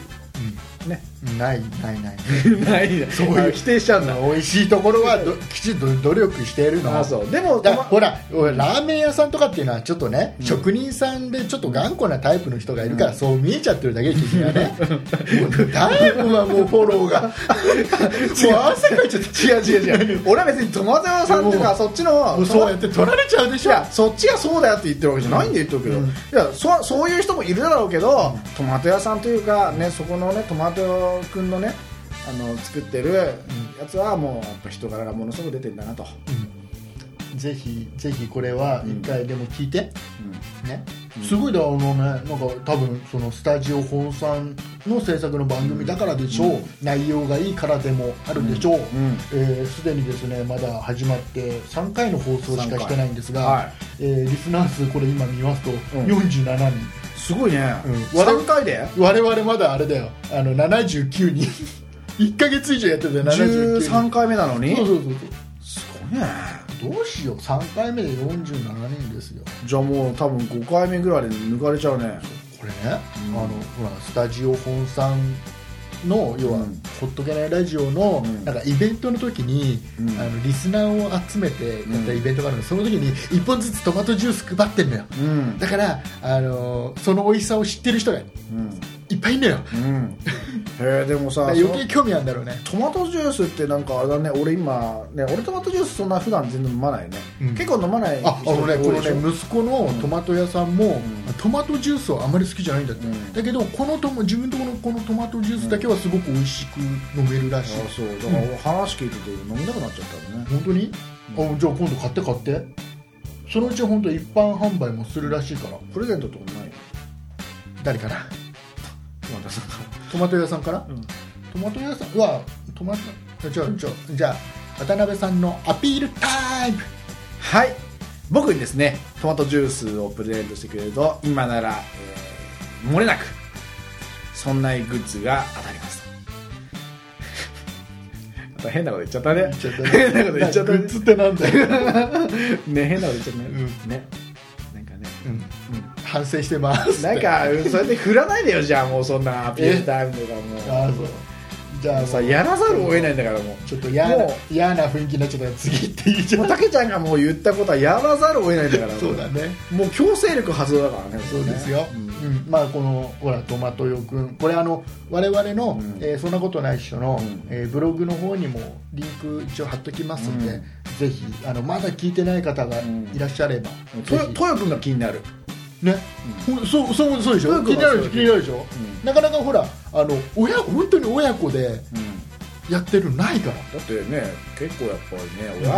[SPEAKER 2] うね
[SPEAKER 1] ないないない
[SPEAKER 2] ないねそう
[SPEAKER 1] いう
[SPEAKER 2] 否定しちゃうんだ
[SPEAKER 1] (laughs) 美味しいところはどきちんと努力しているの
[SPEAKER 2] あそうでも
[SPEAKER 1] だ
[SPEAKER 2] たま
[SPEAKER 1] ほら俺ラーメン屋さんとかっていうのはちょっとね、職人さんでちょっと頑固なタイプの人がいるから、そう見えちゃってるだけ君はねもうタイプはもうフォローがもう汗かいちゃって
[SPEAKER 2] 違う違う違う俺は別に友達さんとかそっちの
[SPEAKER 1] もうそうやって取られちゃうでし
[SPEAKER 2] い
[SPEAKER 1] ょ
[SPEAKER 2] やそっちがそうだよって言ってるわけじゃないんで言ってるけど、
[SPEAKER 1] うん
[SPEAKER 2] いやそそういう人もいるだろうけど、トマト屋さんというか、ね、そこの、ね、トマト君のねあの作ってるやつはもうやっぱ人柄がものすごく出てるんだなと、
[SPEAKER 1] ぜひぜひこれは一回でも聞いて、ね、すごいだあのねなんか多分そのスタジオ本さんの制作の番組だからでしょう、内容がいいからでもあるでしょうすで、
[SPEAKER 2] ん
[SPEAKER 1] えー既にですねまだ始まって3回の放送しかしてないんですが、
[SPEAKER 2] 三回はい
[SPEAKER 1] えーリスナー数これ今見ますと
[SPEAKER 2] ん
[SPEAKER 1] 47人、
[SPEAKER 2] すごいね、
[SPEAKER 1] うん
[SPEAKER 2] 3回で
[SPEAKER 1] 我々まだあれだよあの79人1 (laughs) ヶ月以上やってたよ79人
[SPEAKER 2] 13回目なのに
[SPEAKER 1] そうそうそう
[SPEAKER 2] すごいね
[SPEAKER 1] そうどうしよう3回目で47人ですよ
[SPEAKER 2] じゃあもう多分5回目ぐらいで抜かれちゃうね
[SPEAKER 1] これね、あのほらスタジオ本さんの要は、
[SPEAKER 2] うん
[SPEAKER 1] ほっとけないラジオの、
[SPEAKER 2] ん
[SPEAKER 1] なんかイベントの時に、
[SPEAKER 2] うん
[SPEAKER 1] あのリスナーを集めてやったイベントがあるの、その時に1本ずつトマトジュース配ってんのよ、
[SPEAKER 2] うん
[SPEAKER 1] だから、あのーその美味しさを知ってる人が
[SPEAKER 2] うん
[SPEAKER 1] いっぱいいんだよ、
[SPEAKER 2] うんへえでもさ
[SPEAKER 1] (laughs) だから余計
[SPEAKER 2] その
[SPEAKER 1] 興味あるんだろうね
[SPEAKER 2] トマトジュースってなんかあれだね俺今ね俺トマトジュースそんな普段全然飲まないね、
[SPEAKER 1] うん
[SPEAKER 2] 結構飲まない
[SPEAKER 1] ああのね
[SPEAKER 2] 人
[SPEAKER 1] こ
[SPEAKER 2] が
[SPEAKER 1] の
[SPEAKER 2] 多いでしょ
[SPEAKER 1] ね息子のトマト屋さんも、
[SPEAKER 2] ん
[SPEAKER 1] トマトジュースはあまり好きじゃないんだって、
[SPEAKER 2] うん
[SPEAKER 1] だけどこのトマ自分とこのこのトマトジュースだけはすごく美味しく飲めるらしい、
[SPEAKER 2] あそうだから俺話聞いてて飲みたくなっちゃったのね
[SPEAKER 1] 本当に、あじゃあ今度買って買ってそのうち本当一般販売もするらしいから
[SPEAKER 2] プレゼントとかない
[SPEAKER 1] 誰かな
[SPEAKER 2] またさ
[SPEAKER 1] トマト屋さんから、トマト屋さんはトマトじゃあじゃあじゃあ渡辺さんのアピールタイム
[SPEAKER 2] はい僕にですねトマトジュースをプレゼントしてくれると今なら、えー漏れなくそんなグッズが当たります (laughs) また変なこと (laughs) 言っちゃったね
[SPEAKER 1] ちょっ (laughs) と
[SPEAKER 2] (laughs) 変なこと言っちゃったね
[SPEAKER 1] グッズってなんだ (laughs) よ、
[SPEAKER 2] (laughs) ね変なこと言っちゃったね、
[SPEAKER 1] う
[SPEAKER 2] ねなんかね
[SPEAKER 1] うん反省してます
[SPEAKER 2] (laughs) なんかうんそれで振らないでよじゃあもうそんなアピールタイムとかも
[SPEAKER 1] あそうじゃあ
[SPEAKER 2] うさやらざるを得ないんだからもう
[SPEAKER 1] ちょっと嫌な
[SPEAKER 2] も
[SPEAKER 1] 嫌な雰囲気になっちゃったから次行っていいじゃ
[SPEAKER 2] もうんたけちゃんがもう言ったことはやらざるを得ないんだからも
[SPEAKER 1] そうだね
[SPEAKER 2] もう強制力発動だからね
[SPEAKER 1] そうですよ、
[SPEAKER 2] うん
[SPEAKER 1] うんまあこのほらトマトよくんこれあの我々の、
[SPEAKER 2] うん
[SPEAKER 1] えーそんなことないっしょの、
[SPEAKER 2] うん
[SPEAKER 1] えーブログの方にもリンク一応貼っときますんで、
[SPEAKER 2] うん
[SPEAKER 1] ぜひあのまだ聞いてない方が
[SPEAKER 2] ん
[SPEAKER 1] いらっしゃれば、
[SPEAKER 2] と
[SPEAKER 1] ぜ
[SPEAKER 2] よ
[SPEAKER 1] ひ
[SPEAKER 2] とよくんが気になる
[SPEAKER 1] ね、ほそうそうそうでしょ
[SPEAKER 2] そう
[SPEAKER 1] 気になるでしょ気になるでしょ、
[SPEAKER 2] う
[SPEAKER 1] なかなかほらあの親本当に親子でやってるのないから
[SPEAKER 2] だってね結構やっぱりね親,、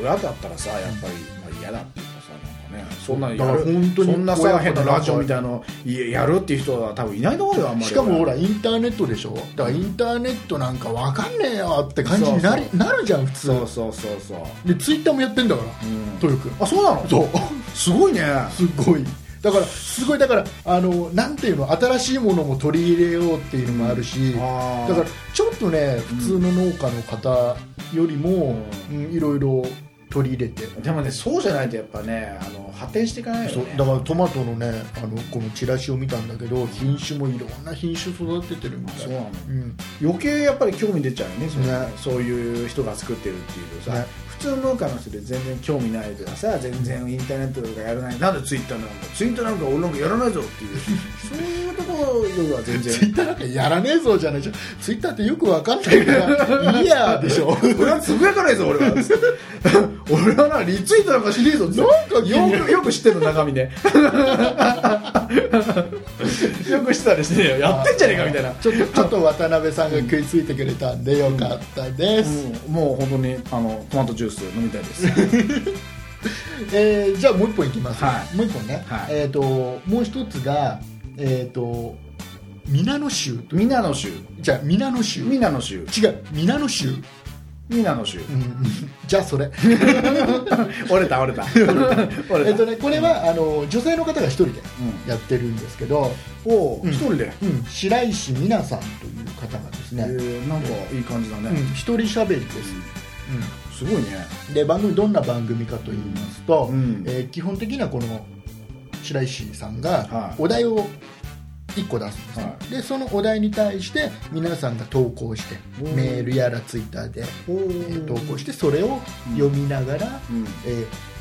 [SPEAKER 2] 親親だったらさやっぱり、まあ、嫌だっていうかさなんかねそんなのや
[SPEAKER 1] だから本当
[SPEAKER 2] る
[SPEAKER 1] に
[SPEAKER 2] そんな
[SPEAKER 1] 親
[SPEAKER 2] さ
[SPEAKER 1] 子
[SPEAKER 2] 変な
[SPEAKER 1] だから
[SPEAKER 2] ラジオみたいのややるっていう人は多分いないと思うよあんまり
[SPEAKER 1] しかもほらインターネットでしょだからインターネットなんかわかんねえよって感じになり
[SPEAKER 2] そうそ
[SPEAKER 1] なるじゃん普通
[SPEAKER 2] そうそうそうそう
[SPEAKER 1] でツイッターもやってんだから、
[SPEAKER 2] ん
[SPEAKER 1] トヨ君
[SPEAKER 2] あそうなの
[SPEAKER 1] そう
[SPEAKER 2] すごいね
[SPEAKER 1] すごいだからすごいだからあのなんていうの新しいものも取り入れようっていうのもあるし、
[SPEAKER 2] あー
[SPEAKER 1] だからちょっとね普通の農家の方よりも、うんいろいろ取り入れて、
[SPEAKER 2] でもねそうじゃないとやっぱねあの発展していかないよ
[SPEAKER 1] そう
[SPEAKER 2] ね
[SPEAKER 1] だからトマトのねあのこのチラシを見たんだけど品種もいろんな品種育ててるみたい
[SPEAKER 2] そうなの
[SPEAKER 1] うん (laughs)
[SPEAKER 2] 余計やっぱり興味出ちゃうよねそれね
[SPEAKER 1] ね
[SPEAKER 2] そういう人が作ってるっていうとさ、
[SPEAKER 1] ね
[SPEAKER 2] 普通の農家の人で全然興味ないとかさ全然インターネットとかやらないなんでツイッターなんかツイッターなんか俺なんかやらないぞっていうそういうところよりは全
[SPEAKER 1] ツイ (laughs)
[SPEAKER 2] 然
[SPEAKER 1] ッターなんかやらねえぞじゃないじゃんツイッターってよくわかんないからいいやでしょ
[SPEAKER 2] 俺はつぶやかないぞ俺は (laughs) 俺はなリツイートなんかしねえ
[SPEAKER 1] (laughs)
[SPEAKER 2] ぞって
[SPEAKER 1] なんか気になる
[SPEAKER 2] (laughs) よくよく知ってる中身 (laughs) ねよく知ってたりしてねえよやってんじゃねえかみたいな
[SPEAKER 1] ちょっとちょっと渡辺さんが食いついてくれたんでよかったです、
[SPEAKER 2] うんもう本当にあのトマトジュース飲みたいです
[SPEAKER 1] えーじゃあもう一本いきます、
[SPEAKER 2] はい
[SPEAKER 1] もう一本ね、
[SPEAKER 2] はい
[SPEAKER 1] えっ、ともう一つがえっ、と皆野州と
[SPEAKER 2] (laughs) ミナの州
[SPEAKER 1] じゃあ皆野州違
[SPEAKER 2] ミナの州
[SPEAKER 1] う皆野州、
[SPEAKER 2] ミナの州
[SPEAKER 1] うん (laughs) じゃあそれ
[SPEAKER 2] 折れた (laughs) 折れた折
[SPEAKER 1] え
[SPEAKER 2] れ
[SPEAKER 1] っと
[SPEAKER 2] た
[SPEAKER 1] ね、これはあの女性の方が一人でやってるんですけど、
[SPEAKER 2] おお
[SPEAKER 1] うん
[SPEAKER 2] 一人で
[SPEAKER 1] うん白石美奈さんという方がです
[SPEAKER 2] え
[SPEAKER 1] ね、
[SPEAKER 2] ーなんかいい感じだ
[SPEAKER 1] うん
[SPEAKER 2] ね、
[SPEAKER 1] 一人喋りです、
[SPEAKER 2] すごいね
[SPEAKER 1] うんで番組どんな番組かと言いますと、
[SPEAKER 2] うん
[SPEAKER 1] えー基本的にはこの白石さんが
[SPEAKER 2] はい
[SPEAKER 1] お題を1個出すんですね、
[SPEAKER 2] は
[SPEAKER 1] でそのお題に対して皆さんが投稿して
[SPEAKER 2] うん
[SPEAKER 1] メールやらツイッターで、
[SPEAKER 2] おお
[SPEAKER 1] えー投稿してそれを読みながら、
[SPEAKER 2] うん
[SPEAKER 1] え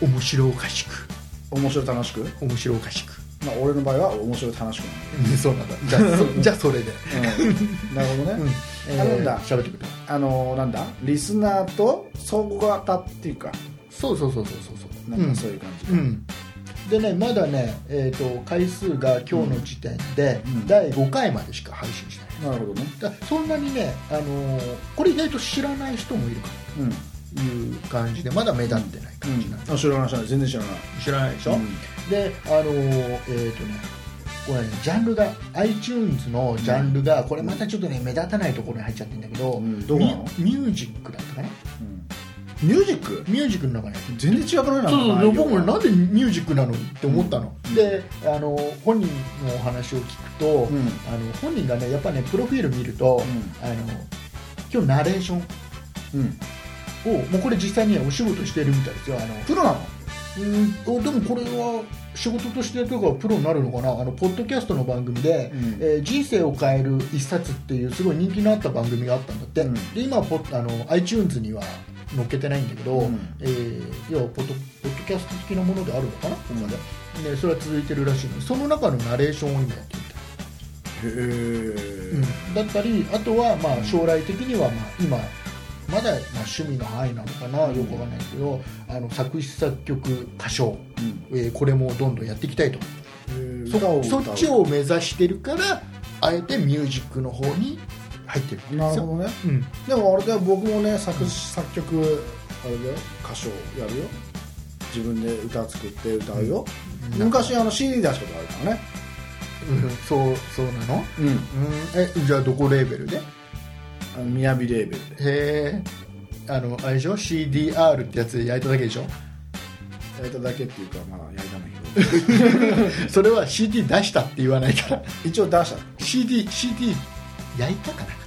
[SPEAKER 1] ー面白おかしく
[SPEAKER 2] 面白楽しく
[SPEAKER 1] 面白おかしく
[SPEAKER 2] まあ俺の場合は面白楽しくなん
[SPEAKER 1] うん (laughs) そう
[SPEAKER 2] (laughs)
[SPEAKER 1] なんだじゃあそじゃあそれで、
[SPEAKER 2] だけど、うん、なるほどね、あるんだ
[SPEAKER 1] 喋ってくれ
[SPEAKER 2] あのーなんだリスナーと相互型っていうか
[SPEAKER 1] そうそうそうそうそうそう
[SPEAKER 2] なんかそういう感じ、
[SPEAKER 1] うん、うんでねまだね、えー、と回数が今日の時点で、
[SPEAKER 2] うん
[SPEAKER 1] 第5回までしか配信してない
[SPEAKER 2] なるほどね
[SPEAKER 1] だそんなにね、あのーこれ意外と知らない人もいるか
[SPEAKER 2] うん、うん
[SPEAKER 1] なという感じでまだ目立ってない感じなんで、
[SPEAKER 2] あ、知らない知らない全然知らない
[SPEAKER 1] 知らないでしょ、
[SPEAKER 2] うん
[SPEAKER 1] であのーえっ、とねこれねジャンルが iTunes のジャンルがこれまたちょっとね目立たないところに入っちゃってるんだけど、
[SPEAKER 2] うんどこなの
[SPEAKER 1] ミュミュージックだったかな
[SPEAKER 2] ミュージック
[SPEAKER 1] ミュージックの中に入ってる
[SPEAKER 2] 全然違くないな
[SPEAKER 1] そう
[SPEAKER 2] 内
[SPEAKER 1] そう
[SPEAKER 2] 容
[SPEAKER 1] 僕もなんでミュージックなのって思ったの、
[SPEAKER 2] うん
[SPEAKER 1] であの本人のお話を聞くと、
[SPEAKER 2] ん
[SPEAKER 1] あの本人がねやっぱねプロフィール見ると、
[SPEAKER 2] う
[SPEAKER 1] あの今日ナレーション
[SPEAKER 2] うん
[SPEAKER 1] をもうこれ実際にお仕事してるみたいですよあの
[SPEAKER 2] プロなの
[SPEAKER 1] うんおでもこれは仕事としてというかプロになるのかなあのポッドキャストの番組で、えー人生を変える一冊」っていうすごい人気のあった番組があったんだって、
[SPEAKER 2] うん
[SPEAKER 1] で今ポッあの iTunes には載っけてないんだけど、
[SPEAKER 2] うん
[SPEAKER 1] えー要はポッドポッドキャスト的なものであるのかな、
[SPEAKER 2] ん
[SPEAKER 1] でそれは続いてるらしいのその中のナレーションを今やってみた
[SPEAKER 2] へえ、
[SPEAKER 1] だったりあとはまあ将来的にはまあ今まだまあ趣味の範囲なのかなよくわかんないですけどあの作詞作曲歌唱、えーこれもどんどんやっていきたいと
[SPEAKER 2] へえ
[SPEAKER 1] そ
[SPEAKER 2] 歌を歌
[SPEAKER 1] そうっちを目指してるからあえてミュージックの方に入ってるみたいで
[SPEAKER 2] な
[SPEAKER 1] す
[SPEAKER 2] る
[SPEAKER 1] よ
[SPEAKER 2] ほどね
[SPEAKER 1] うん、
[SPEAKER 2] でもあれだよ僕もね作詞作曲あれだよ歌唱やるよ自分で歌作って歌うよ、昔あの CD 出したことあるからね
[SPEAKER 1] うん、そうそうなの、
[SPEAKER 2] うん
[SPEAKER 1] うん、えじゃあどこレーベルでへ
[SPEAKER 2] あの雅レーベルで
[SPEAKER 1] えあのあれでしょ CDR ってやつで焼いただけでしょ
[SPEAKER 2] 焼いただけっていうかまあ焼いたんだけど
[SPEAKER 1] それは CD 出したって言わないから
[SPEAKER 2] 一応出した
[SPEAKER 1] CD, CD 焼いたかな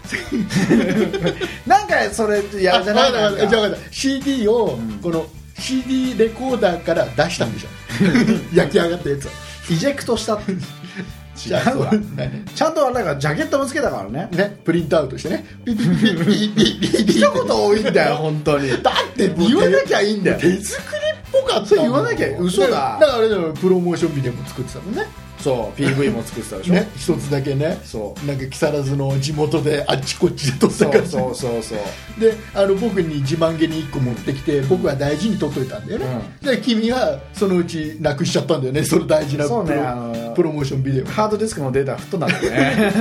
[SPEAKER 2] なんかそれやるじゃない
[SPEAKER 1] あわかったわかったじゃあ
[SPEAKER 2] か
[SPEAKER 1] わかった CD をこの CD レコーダーから出したんでしょ焼き上がったやつを
[SPEAKER 2] イジェクトしたって
[SPEAKER 1] じゃあ
[SPEAKER 2] 違うわちゃんとあれだからジャケットもつけたからね
[SPEAKER 1] ねプリントアウトしてねピピピピピピピピ
[SPEAKER 2] 一言多いんだよ本当に
[SPEAKER 1] だって
[SPEAKER 2] 言わなきゃいいんだよ
[SPEAKER 1] 手作りっぽかったもん
[SPEAKER 2] 言わなきゃ嘘だ
[SPEAKER 1] だからあれだよプロモーションビデオも作ってたもんね
[SPEAKER 2] そう PV も作ってたでしょ、
[SPEAKER 1] ね一つだけね
[SPEAKER 2] そう
[SPEAKER 1] なんか木更津の地元であっちこっちで撮った
[SPEAKER 2] そ
[SPEAKER 1] か
[SPEAKER 2] う
[SPEAKER 1] ら
[SPEAKER 2] そうそうそう
[SPEAKER 1] であの僕に自慢げに1個持ってきて僕は大事に取っといたんだよね、で君はそのうちなくしちゃったんだよねその大事なプ
[SPEAKER 2] そ
[SPEAKER 1] ロ,、
[SPEAKER 2] うねあの
[SPEAKER 1] プロモーションビデ
[SPEAKER 2] ハードディスクのデータ吹っ飛んだんだよね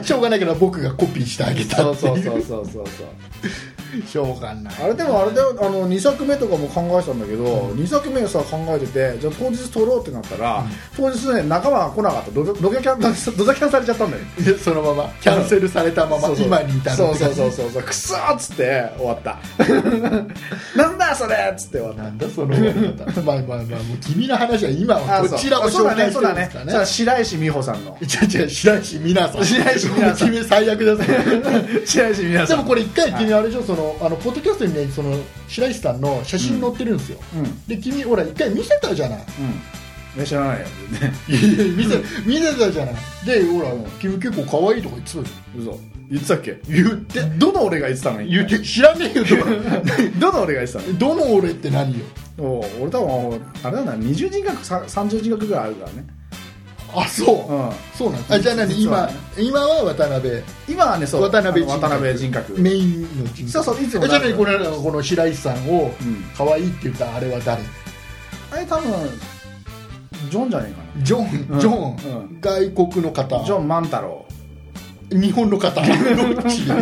[SPEAKER 1] オしょうがないから僕がコピーしてあげた
[SPEAKER 2] そう
[SPEAKER 1] ってい
[SPEAKER 2] そううそうそうそうそう
[SPEAKER 1] しょうがない
[SPEAKER 2] あれでもあれだよあの2作目とかも考えてたんだけど、2作目さ考えててじゃあ当日撮ろうってなったら、当日ね仲間が来なかったドドドキャキャンドザキャンされちゃったんだよ
[SPEAKER 1] でそのままキャンセルされたまま
[SPEAKER 2] そうそう
[SPEAKER 1] 今に至る
[SPEAKER 2] そうそうそううそうそうクソーっつって終わった (laughs) なんだそれっつって終わった
[SPEAKER 1] なんだその終わり方まあまあまあもう君の話は今はこちらを
[SPEAKER 2] あそう
[SPEAKER 1] 紹介し
[SPEAKER 2] そう
[SPEAKER 1] てるん
[SPEAKER 2] だ
[SPEAKER 1] で
[SPEAKER 2] ね
[SPEAKER 1] す
[SPEAKER 2] そ
[SPEAKER 1] か
[SPEAKER 2] う
[SPEAKER 1] らね
[SPEAKER 2] だねそう白石美穂さんの
[SPEAKER 1] じゃあじゃあ白石美奈さん
[SPEAKER 2] 白石美奈さん
[SPEAKER 1] 君最悪だぞ
[SPEAKER 2] (laughs) 白石美穂
[SPEAKER 1] (laughs) で
[SPEAKER 2] さん
[SPEAKER 1] もこれ一回君あれでしょそのあのポッドキャストにねその白石さんの写真載ってるんですよ、
[SPEAKER 2] うん
[SPEAKER 1] で君ほら一回見せたじゃない
[SPEAKER 2] うん知らないよ全然
[SPEAKER 1] 見 (laughs) せ見せたじゃないでほら君結構可愛いとか言ってたじ
[SPEAKER 2] 嘘言ってたっけ言ってどの俺が言ってたの
[SPEAKER 1] ゃん言って知らねえよとか
[SPEAKER 2] (laughs) どの俺が言ってた
[SPEAKER 1] (laughs)
[SPEAKER 2] の
[SPEAKER 1] どの俺って何よ
[SPEAKER 2] おう俺多分あれだな20人格さ30人格ぐらいあるからね
[SPEAKER 1] あそう、
[SPEAKER 2] うん
[SPEAKER 1] そうなんだあじゃあ何
[SPEAKER 2] 実
[SPEAKER 1] 今
[SPEAKER 2] はね
[SPEAKER 1] 今は渡辺
[SPEAKER 2] 今はねそう
[SPEAKER 1] 渡辺人
[SPEAKER 2] あの
[SPEAKER 1] 格
[SPEAKER 2] 渡辺人格
[SPEAKER 1] メインの人物
[SPEAKER 2] そうそういつも
[SPEAKER 1] えじゃあ何これこの白石さんを
[SPEAKER 2] ん
[SPEAKER 1] 可愛いって言ったあれは誰
[SPEAKER 2] あれ多分ジョンじゃねえか
[SPEAKER 1] ジョン、
[SPEAKER 2] うん
[SPEAKER 1] ジョン、
[SPEAKER 2] う
[SPEAKER 1] 外国の方
[SPEAKER 2] なジョン万太郎
[SPEAKER 1] 日本の方どっち (laughs)
[SPEAKER 2] (laughs)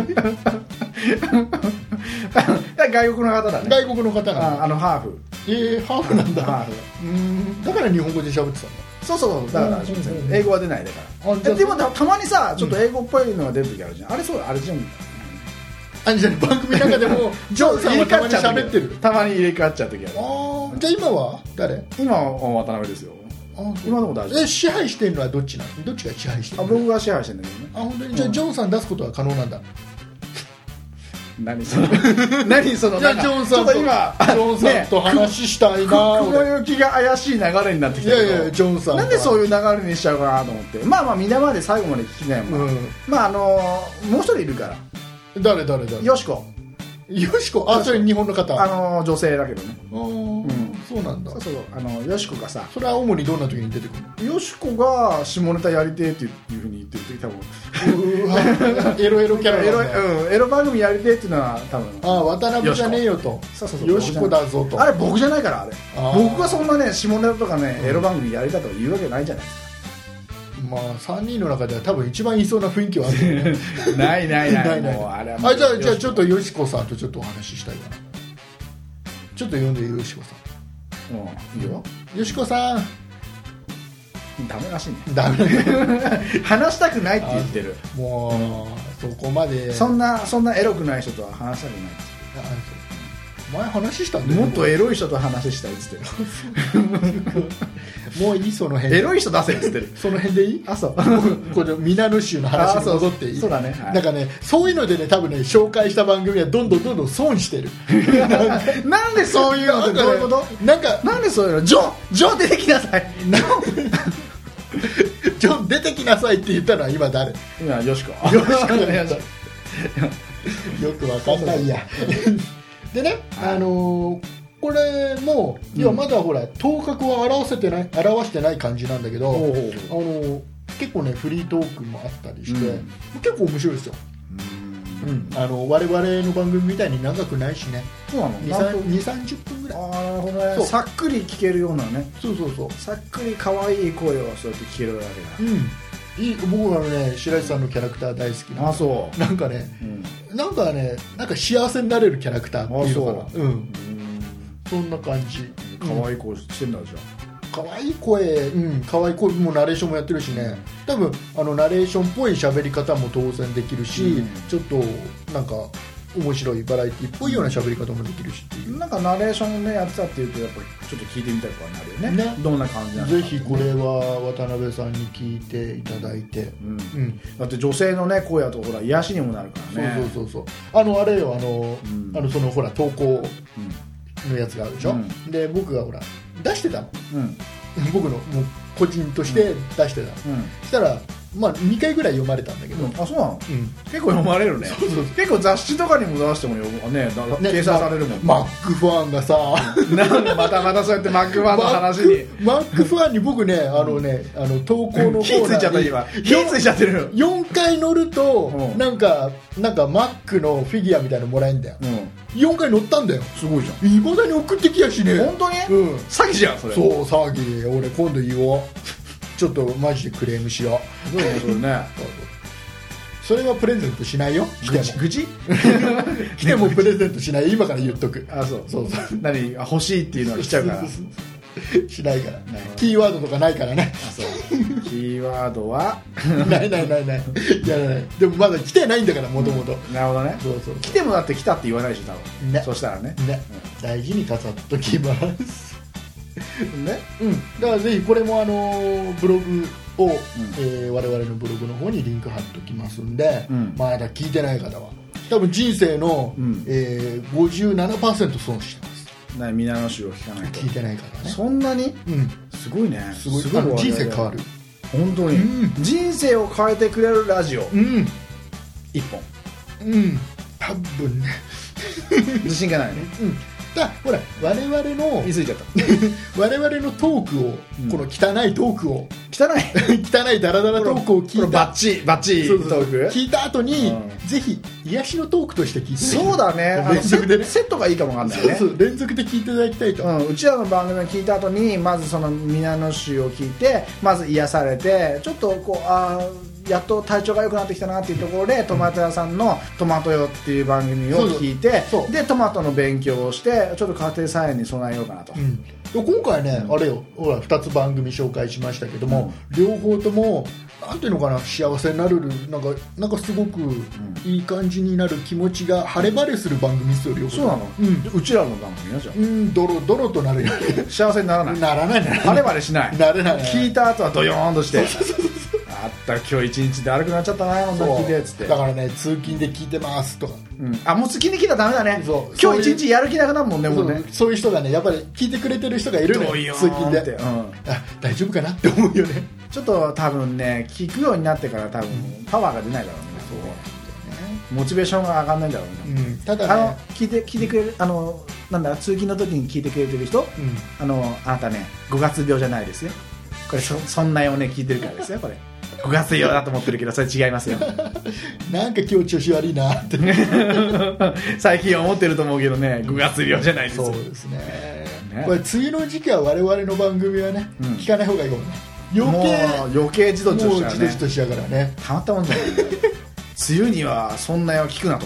[SPEAKER 2] 外国の方だね
[SPEAKER 1] 外国の方なの
[SPEAKER 2] ああのハーフ
[SPEAKER 1] えー、ハーフなんだ
[SPEAKER 2] ハーフ
[SPEAKER 1] うんだから日本語で喋ってたんだ
[SPEAKER 2] そうそうそうだから
[SPEAKER 1] うんうんうん
[SPEAKER 2] 英語は出ないだか
[SPEAKER 1] あじゃ
[SPEAKER 2] ら
[SPEAKER 1] あ
[SPEAKER 2] えでもたまにさちょっと英語っぽいのが出る時あるじゃんあれそうあれジョン
[SPEAKER 1] あじゃあ番組の中で (laughs) もジョンさんはたまに喋ってる
[SPEAKER 2] たまに入れ替わっちゃう時ある
[SPEAKER 1] ああじゃあ今は誰
[SPEAKER 2] 今は渡辺ですよ今のも大丈夫
[SPEAKER 1] え支配してるのはどっちなのどっちが支配して
[SPEAKER 2] あ
[SPEAKER 1] るの
[SPEAKER 2] 僕が支配してんだけどね
[SPEAKER 1] あ本当にじゃあ、ジョンさん出すことは可能なんだ
[SPEAKER 2] 何その (laughs) 何その
[SPEAKER 1] じゃあ
[SPEAKER 2] なんか
[SPEAKER 1] ジョンさん
[SPEAKER 2] ちょ
[SPEAKER 1] と
[SPEAKER 2] っと今
[SPEAKER 1] ジョンさんと話したいな
[SPEAKER 2] 雲
[SPEAKER 1] 俺
[SPEAKER 2] 行きが怪しい流れになってき
[SPEAKER 1] い
[SPEAKER 2] たけ
[SPEAKER 1] や
[SPEAKER 2] ど
[SPEAKER 1] いやジョンさん
[SPEAKER 2] なんでそう
[SPEAKER 1] いう
[SPEAKER 2] いう流れにしちゃうかなと思ってまあまあ皆まで最後まで聞きな
[SPEAKER 1] う
[SPEAKER 2] よ、
[SPEAKER 1] ん
[SPEAKER 2] まああのーもう一人いるから
[SPEAKER 1] 誰誰誰
[SPEAKER 2] よしこ
[SPEAKER 1] よしこあそれ日本の方
[SPEAKER 2] あ
[SPEAKER 1] あ
[SPEAKER 2] のー女性だけどね
[SPEAKER 1] あーそうなんだ
[SPEAKER 2] そうそうあのよしこがさ
[SPEAKER 1] それは主にどんな時に出てくるの
[SPEAKER 2] よしこが下ネタやりてえっていうふうに言ってる時多分
[SPEAKER 1] うわ (laughs) エロエロキャラ
[SPEAKER 2] エロ,、
[SPEAKER 1] なんだ
[SPEAKER 2] うん、エロ番組やりてえっていうのは多分
[SPEAKER 1] ああ渡辺じゃねえよと
[SPEAKER 2] そうそうそう
[SPEAKER 1] よしこだぞと
[SPEAKER 2] あれ僕じゃないからあれ
[SPEAKER 1] あー
[SPEAKER 2] 僕はそんなね下ネタとかねエロ番組やりたいとか言うわけないじゃないです
[SPEAKER 1] まあ3人の中では多分一番いそうな雰囲気はあるよね
[SPEAKER 2] かないない
[SPEAKER 1] ないない
[SPEAKER 2] もうあ (laughs) れはもう
[SPEAKER 1] あじゃあじゃあ
[SPEAKER 2] よし
[SPEAKER 1] ちょっとよしこさんとちょっとお話ししたいかなちょっと呼んでよしこさ
[SPEAKER 2] うんいい
[SPEAKER 1] ん
[SPEAKER 2] よ
[SPEAKER 1] よしこさん
[SPEAKER 2] ダメらしいね
[SPEAKER 1] ダメだよ
[SPEAKER 2] 話したくないって言ってる
[SPEAKER 1] もうそこまで
[SPEAKER 2] そんなそんなエロくない人とは話したくないって
[SPEAKER 1] あそう前話したんだよ
[SPEAKER 2] もっとエロい人と話したいっつって
[SPEAKER 1] もういいその
[SPEAKER 2] (laughs)
[SPEAKER 1] 辺
[SPEAKER 2] るエロい人出せっつってる
[SPEAKER 1] その辺でいい
[SPEAKER 2] あそう (laughs)
[SPEAKER 1] このミナル州の話
[SPEAKER 2] あ
[SPEAKER 1] に
[SPEAKER 2] そう
[SPEAKER 1] 戻っていい
[SPEAKER 2] そうだねはい
[SPEAKER 1] なんかねそういうのでね多分ね紹介した番組はどんどんどんどん損して
[SPEAKER 2] (laughs)
[SPEAKER 1] る
[SPEAKER 2] なんでそういうのってどういうこと
[SPEAKER 1] なんか
[SPEAKER 2] なんでそういうのジョジョ出てきなさい (laughs)
[SPEAKER 1] ジョン出てきなさいって言ったのは今誰よ
[SPEAKER 2] いやよしこ
[SPEAKER 1] よしこくわかんないやでね、あのーこれも要はまだほら頭角は表せてない表してない感じなんだけど、あ
[SPEAKER 2] おうおう
[SPEAKER 1] のー結構ねフリートークもあったりして、
[SPEAKER 2] うん
[SPEAKER 1] 結構面白いですよ、うん、あの我々の番組みたいに長くないしね
[SPEAKER 2] そうなの
[SPEAKER 1] 2
[SPEAKER 2] なんと
[SPEAKER 1] 3 0分ぐらい
[SPEAKER 2] ああなるほどね
[SPEAKER 1] そう
[SPEAKER 2] さっくり聞けるようなね
[SPEAKER 1] そうそうそう
[SPEAKER 2] さっくり可愛い声をそうやって聞けるわけ
[SPEAKER 1] うんいい僕はね白石さんのキャラクター大好き
[SPEAKER 2] だ
[SPEAKER 1] な
[SPEAKER 2] あそ
[SPEAKER 1] なんかね
[SPEAKER 2] う、うん
[SPEAKER 1] なんかねなんか幸せになれるキャラクターっていうの
[SPEAKER 2] あ
[SPEAKER 1] か
[SPEAKER 2] そ
[SPEAKER 1] なうんそんな感じ
[SPEAKER 2] 可愛い声してんだじゃ
[SPEAKER 1] 可愛い声うん可愛い声もうナレーションもやってるしね多分あのナレーションっぽい喋り方も当然できるし、
[SPEAKER 2] うん
[SPEAKER 1] ちょっとなんか面白いバラエティっぽいような喋り方もできるしってい
[SPEAKER 2] ん
[SPEAKER 1] う、
[SPEAKER 2] なんかナレーションねやってたっていうとやっぱりちょっと聞いてみたいとかなるよね
[SPEAKER 1] ね
[SPEAKER 2] どんな感じなのか
[SPEAKER 1] ぜひこれは渡辺さんに聞いていただいて、
[SPEAKER 2] うん
[SPEAKER 1] うん、
[SPEAKER 2] だって女性のね声だとほら癒しにもなるからね
[SPEAKER 1] そうそうそうそうあのあれよあの,、
[SPEAKER 2] ん
[SPEAKER 1] あのそのほら投稿
[SPEAKER 2] うん
[SPEAKER 1] のやつがあるでしょ、
[SPEAKER 2] うん
[SPEAKER 1] で僕がほら出してたの
[SPEAKER 2] うん
[SPEAKER 1] 僕のもう個人として出してたの、したらまあ2回ぐらい読まれたんだけど、
[SPEAKER 2] うん、あそうなの
[SPEAKER 1] うん
[SPEAKER 2] 結構読まれるね結構雑誌とかにも出してもよねだ
[SPEAKER 1] ね
[SPEAKER 2] 掲載されるもん、
[SPEAKER 1] マックファンがさ
[SPEAKER 2] (laughs) なんでまたまたそうやってマックマンの話
[SPEAKER 1] マ
[SPEAKER 2] に
[SPEAKER 1] ックマックファンに僕ねあのねあの投稿のコ
[SPEAKER 2] 火
[SPEAKER 1] ー
[SPEAKER 2] ついち
[SPEAKER 1] ナ
[SPEAKER 2] ゃった
[SPEAKER 1] ーに
[SPEAKER 2] 今火ついちゃってる
[SPEAKER 1] 4回乗ると、
[SPEAKER 2] うん
[SPEAKER 1] なんかなんかマックのフィギュアみたいなのもらえるんだよ、
[SPEAKER 2] うん
[SPEAKER 1] 4回乗ったんだよ
[SPEAKER 2] すごいじゃ
[SPEAKER 1] いまだに送ってきやしね
[SPEAKER 2] ん本当に、
[SPEAKER 1] うん
[SPEAKER 2] 詐欺じゃんそれ
[SPEAKER 1] そう騒ぎ俺今度言おうちょっとマジでクレームしよう
[SPEAKER 2] そうねそれね
[SPEAKER 1] それはプレゼントしない
[SPEAKER 2] (laughs)
[SPEAKER 1] よ来て
[SPEAKER 2] 愚
[SPEAKER 1] も
[SPEAKER 2] 痴 (laughs) 愚痴
[SPEAKER 1] 来てもプレゼントしない今から言っとく
[SPEAKER 2] あそう
[SPEAKER 1] そうそう
[SPEAKER 2] 何あ欲しいっていうのが来ちゃうからあ
[SPEAKER 1] (laughs) しないから
[SPEAKER 2] るほど
[SPEAKER 1] キーワードとかないから
[SPEAKER 2] (laughs)
[SPEAKER 1] ね
[SPEAKER 2] そうキーワードは
[SPEAKER 1] ないないないないいやないでもまだ来てないんだからもともと
[SPEAKER 2] なるほどね
[SPEAKER 1] そうそう
[SPEAKER 2] 来てもだって来たって言わないでしょ多分、
[SPEAKER 1] ね
[SPEAKER 2] そしたらね
[SPEAKER 1] ね大事に飾っときます
[SPEAKER 2] ね
[SPEAKER 1] うんだからぜひこれもあのーブログを、えー我々のブログの方にリンク貼っておきますんで、
[SPEAKER 2] うん
[SPEAKER 1] まだ聞いてない方は多分人生の、
[SPEAKER 2] うん
[SPEAKER 1] えー、57%損してます
[SPEAKER 2] な皆の衆を聞かないと
[SPEAKER 1] 聞いてない方はね
[SPEAKER 2] そんなに
[SPEAKER 1] うん
[SPEAKER 2] すごいね
[SPEAKER 1] すごい
[SPEAKER 2] 我
[SPEAKER 1] あの
[SPEAKER 2] 々
[SPEAKER 1] 人生変わる
[SPEAKER 2] 本当に、
[SPEAKER 1] う
[SPEAKER 2] 人生を変えてくれるラジオ
[SPEAKER 1] うん
[SPEAKER 2] 一本
[SPEAKER 1] うん多分ね
[SPEAKER 2] 自信がないね
[SPEAKER 1] うんだほら我々
[SPEAKER 2] (laughs)
[SPEAKER 1] の
[SPEAKER 2] 言い過ぎちゃった
[SPEAKER 1] 我々のトークを、
[SPEAKER 2] うん
[SPEAKER 1] この汚いトークを
[SPEAKER 2] 汚い
[SPEAKER 1] 汚いダラダラトークを
[SPEAKER 2] こ
[SPEAKER 1] 聞
[SPEAKER 2] れ
[SPEAKER 1] い
[SPEAKER 2] バ
[SPEAKER 1] た
[SPEAKER 2] ッチリバッチリ
[SPEAKER 1] そうそうそう
[SPEAKER 2] トーク
[SPEAKER 1] 聞いた後に、
[SPEAKER 2] うん
[SPEAKER 1] ぜひ癒しのトークとして聞いて
[SPEAKER 2] そうだねあの
[SPEAKER 1] 連
[SPEAKER 2] セ
[SPEAKER 1] 続でね
[SPEAKER 2] セットがいいかもわかんない
[SPEAKER 1] そう
[SPEAKER 2] ね
[SPEAKER 1] そう連続で聞いていただきたいと、
[SPEAKER 2] うん、うちらの番組を聞いた後にまずその皆の衆を聞いてまず癒されてちょっとこうあーやっと体調が良くなってきたなっていうところでトマト屋さんの「トマトよ」っていう番組を聞いて
[SPEAKER 1] そうそう
[SPEAKER 2] でトマトの勉強をしてちょっと家庭菜園に備えようかなと、
[SPEAKER 1] で今回ね、あれよほら2つ番組紹介しましたけども、両方ともなんていうのかな幸せになるなんかなんかすごくいい感じになる気持ちが晴れ晴れする番組ですよ両方
[SPEAKER 2] そうなの、
[SPEAKER 1] う
[SPEAKER 2] うんちらの番組よじゃ
[SPEAKER 1] うんドロドロとなるよ (laughs) ね
[SPEAKER 2] あ幸せにならない
[SPEAKER 1] ならないならない
[SPEAKER 2] 晴れ晴れしない
[SPEAKER 1] なれない
[SPEAKER 2] 聞いた後はドヨーンとしてあった今日一日だるくなっちゃったなこんな
[SPEAKER 1] そう
[SPEAKER 2] 聞いてっつって
[SPEAKER 1] だからね通勤で聞いてますとか
[SPEAKER 2] うんあもう月に来たらダメだね
[SPEAKER 1] そう
[SPEAKER 2] 今日一日やる気なくなるもんねもうね
[SPEAKER 1] そうそういう人がねやっぱり聞いてくれてる人がいるの
[SPEAKER 2] どうよ
[SPEAKER 1] よ
[SPEAKER 2] ー
[SPEAKER 1] 通勤で、
[SPEAKER 2] ってうん
[SPEAKER 1] あ大丈夫かなって思うよね
[SPEAKER 2] ちょっと多分ね聞くようになってから多分パワーが出ないだろうねモチベーションが上がんないんだろう
[SPEAKER 1] う
[SPEAKER 2] ね、
[SPEAKER 1] んた
[SPEAKER 2] あ
[SPEAKER 1] だ
[SPEAKER 2] の
[SPEAKER 1] ね
[SPEAKER 2] 聞いて聞いてくれるあのなんだ通勤の時に聞いてくれてる人、
[SPEAKER 1] うん
[SPEAKER 2] あのあなたね5月病じゃないですよこれそそんなよね聞いてるからですよこれ5月病だと思ってるけどそれ違
[SPEAKER 1] (laughs)
[SPEAKER 2] いますよ
[SPEAKER 1] なんか今日調子悪いなって
[SPEAKER 2] 最近は思ってると思うけどね5月病じゃないですよ
[SPEAKER 1] そうですね
[SPEAKER 2] ね
[SPEAKER 1] これ梅雨の時期は我々の番組はね、
[SPEAKER 2] うん
[SPEAKER 1] 聞かない方がいいかもね余
[SPEAKER 2] もう余計
[SPEAKER 1] 計
[SPEAKER 2] 自動
[SPEAKER 1] もう
[SPEAKER 2] 調子
[SPEAKER 1] 自
[SPEAKER 2] だ
[SPEAKER 1] ど
[SPEAKER 2] ね
[SPEAKER 1] 自としやからね
[SPEAKER 2] たまったもんじゃない梅雨にはそんなよ聞くなと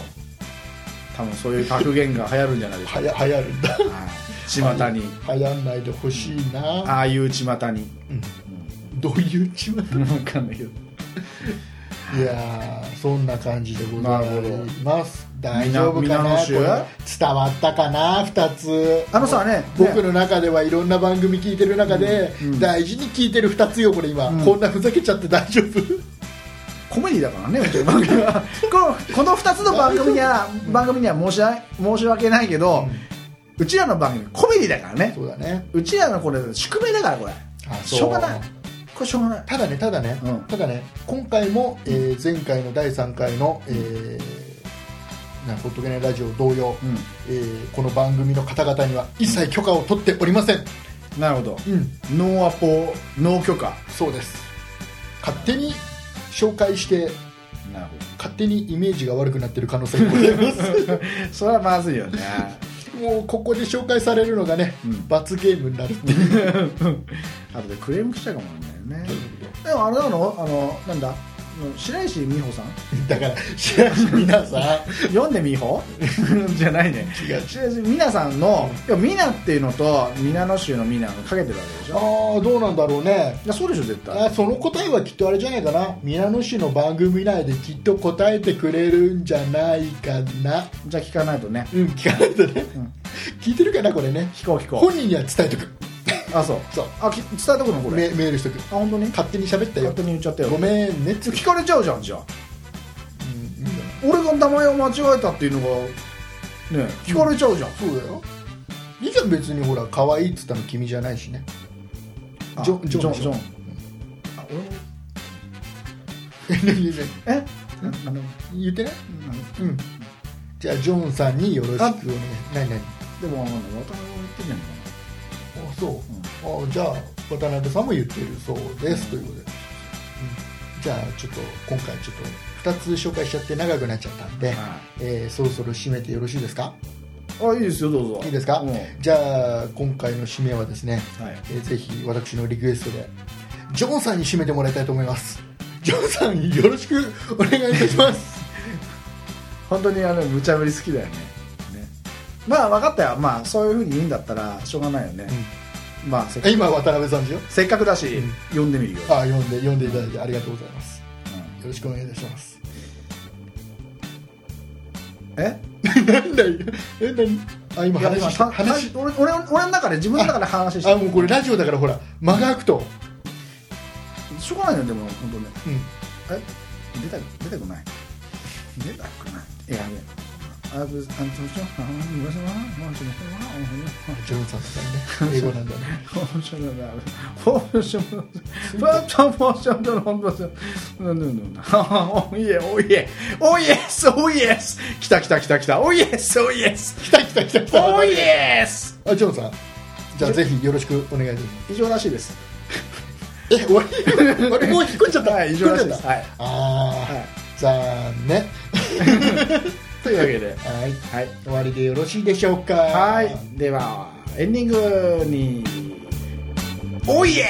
[SPEAKER 2] 多分そういう格言が流行るんじゃないでしょ
[SPEAKER 1] はや流行るんだ
[SPEAKER 2] うかはい巷に
[SPEAKER 1] 流行んないでほしいな
[SPEAKER 2] (laughs) ああいう巷に
[SPEAKER 1] どういうちま
[SPEAKER 2] 分かんないけど
[SPEAKER 1] いやーそんな感じでございます大
[SPEAKER 2] る
[SPEAKER 1] 丈夫かな
[SPEAKER 2] ほどみんなの
[SPEAKER 1] こ
[SPEAKER 2] 衆
[SPEAKER 1] れ伝わったかな2つ
[SPEAKER 2] あのさね
[SPEAKER 1] 僕の中ではいろんな番組聞いてる中で、
[SPEAKER 2] ん
[SPEAKER 1] 大事に聞いてる2つよこれ今、こんなふざけちゃって大丈夫
[SPEAKER 2] コメディだからね (laughs) うちの番組はこのこの2つの番組には番組には申し訳申し訳ないけど、うちらの番組コメディだからね
[SPEAKER 1] そうだね
[SPEAKER 2] うちらのこれ宿命だからこれ
[SPEAKER 1] あそう
[SPEAKER 2] しょうがないこれしょうがない
[SPEAKER 1] ただねただね、
[SPEAKER 2] うん
[SPEAKER 1] ただね今回も、えー前回の第3回の、えーなほっとけないラジオ同様、
[SPEAKER 2] ん
[SPEAKER 1] えーこの番組の方々には一切許可を取っておりません、
[SPEAKER 2] なるほど、
[SPEAKER 1] うん
[SPEAKER 2] ノーアポノー許可
[SPEAKER 1] そうです勝手に紹介して
[SPEAKER 2] なるほど
[SPEAKER 1] 勝手にイメージが悪くなってる可能性もござい (laughs) ます
[SPEAKER 2] (laughs) それはまずいよね
[SPEAKER 1] (laughs) もうここで紹介されるのがね、
[SPEAKER 2] うん
[SPEAKER 1] 罰ゲームになるっていう
[SPEAKER 2] あとでクレーム来ちゃうかもしれないよねでもあれなのあのなんだ白石美穂さん
[SPEAKER 1] だから知らない皆さん
[SPEAKER 2] 読んでみほ
[SPEAKER 1] (laughs)
[SPEAKER 2] じゃないね
[SPEAKER 1] 違う
[SPEAKER 2] みなさんのいやみなっていうのと皆の衆のみなのかけてるわけでしょ
[SPEAKER 1] (laughs) ああどうなんだろうね
[SPEAKER 2] いやそうでしょ絶対
[SPEAKER 1] あその答えはきっとあれじゃないかな皆野市の番組内できっと答えてくれるんじゃないかな
[SPEAKER 2] じゃあ聞かないとね
[SPEAKER 1] うん聞かないとね、
[SPEAKER 2] ん
[SPEAKER 1] 聞いてるかなこれね
[SPEAKER 2] 聞こう聞こ
[SPEAKER 1] 本人には伝えとく
[SPEAKER 2] うあそう
[SPEAKER 1] そう
[SPEAKER 2] あき伝えとくのこれ
[SPEAKER 1] メメールしとく
[SPEAKER 2] あ本当に
[SPEAKER 1] 勝手に喋った
[SPEAKER 2] 勝
[SPEAKER 1] よ
[SPEAKER 2] 手に言っちゃったよ
[SPEAKER 1] ごめんねつ
[SPEAKER 2] 聞かれちゃうじゃんじゃあ俺が名前を間違えたっていうのがね聞かれちゃうじゃん、
[SPEAKER 1] そうだよいいじゃん別にほら可愛いっつったの君じゃないしね (laughs)
[SPEAKER 2] あ
[SPEAKER 1] ジョンジョン
[SPEAKER 2] ジョン
[SPEAKER 1] ジ
[SPEAKER 2] あ俺も
[SPEAKER 1] え
[SPEAKER 2] あの
[SPEAKER 1] 言ってね
[SPEAKER 2] あの
[SPEAKER 1] うんじゃあジョンさんによろしくお願い何何
[SPEAKER 2] でもあの渡辺も言ってんじゃな
[SPEAKER 1] あ
[SPEAKER 2] いか
[SPEAKER 1] そう、あじゃあ渡辺さんも言ってるそうです、ということで、うんじゃあちょっと今回ちょっと2つ紹介しちゃって長くなっちゃったんで、
[SPEAKER 2] はい
[SPEAKER 1] えーそろそろ締めてよろしいですか
[SPEAKER 2] なあいいですよどうぞ
[SPEAKER 1] いいですか、
[SPEAKER 2] うんはい
[SPEAKER 1] じゃあ今回の締めはですね、えーぜひ私のリクエストでジョンさんに締めてもらいたいと思いますジョンさんよろしくお願いいたします
[SPEAKER 2] (laughs) 本当にあの無茶ぶり好きだよねねまあ分かったよまあそういうふうに言うんだったらしょうがないよね、まあせっ
[SPEAKER 1] え今渡辺さんですよ
[SPEAKER 2] せっかくだし、
[SPEAKER 1] うん
[SPEAKER 2] 読んでみるよ、
[SPEAKER 1] あ読んで読んでいただいてありがとうございますよろしくお願いいたします (laughs)
[SPEAKER 2] うんえ
[SPEAKER 1] なんだよ。え、何あ、今
[SPEAKER 2] いや今
[SPEAKER 1] 話した。
[SPEAKER 2] た
[SPEAKER 1] 話し
[SPEAKER 2] 話俺俺俺の中で自分の中で話して
[SPEAKER 1] あ、もうこれラジオだからほら、間が空くと。
[SPEAKER 2] しょうがないよでも本当ね
[SPEAKER 1] うん。
[SPEAKER 2] え出た出たくない出たくないいややべえあぶあんちょちょあんむさまもうちょっとあんむさま
[SPEAKER 1] ジョンさんとかね、英語なんだね。
[SPEAKER 2] 面白いな面白いな面白いな面白いな面白いなおいえおいえおいえすおいえす来た来た来た来たおいえすおいえす
[SPEAKER 1] 来た来た来た来た。
[SPEAKER 2] おいえす
[SPEAKER 1] あ、ジョンさん。じゃあぜひよろしくお願いします。
[SPEAKER 2] 以上らしいです
[SPEAKER 1] え、終わり俺もう引っ込んじゃった。
[SPEAKER 2] はい以上らしいで
[SPEAKER 1] 引っ込んじ
[SPEAKER 2] す
[SPEAKER 1] ゃった
[SPEAKER 2] はい
[SPEAKER 1] あ
[SPEAKER 2] はい
[SPEAKER 1] ー、残念。
[SPEAKER 2] というわけで
[SPEAKER 1] はい。
[SPEAKER 2] はい
[SPEAKER 1] 終わりでよろしいでしょうか。は
[SPEAKER 2] はいではエンディングにおいえ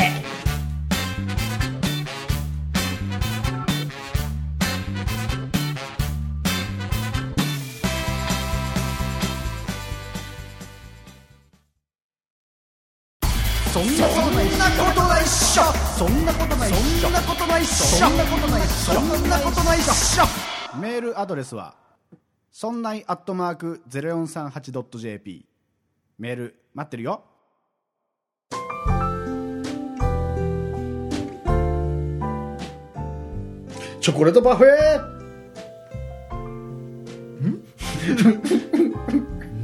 [SPEAKER 5] そんなことないっしょそんなことないっしょそんなことないっしょそんなことないっしょそんなことないっしょ
[SPEAKER 6] メールアドレスは、そんないアットマーク 0438.jp。メール待ってるよ。
[SPEAKER 2] チョコレートパフェ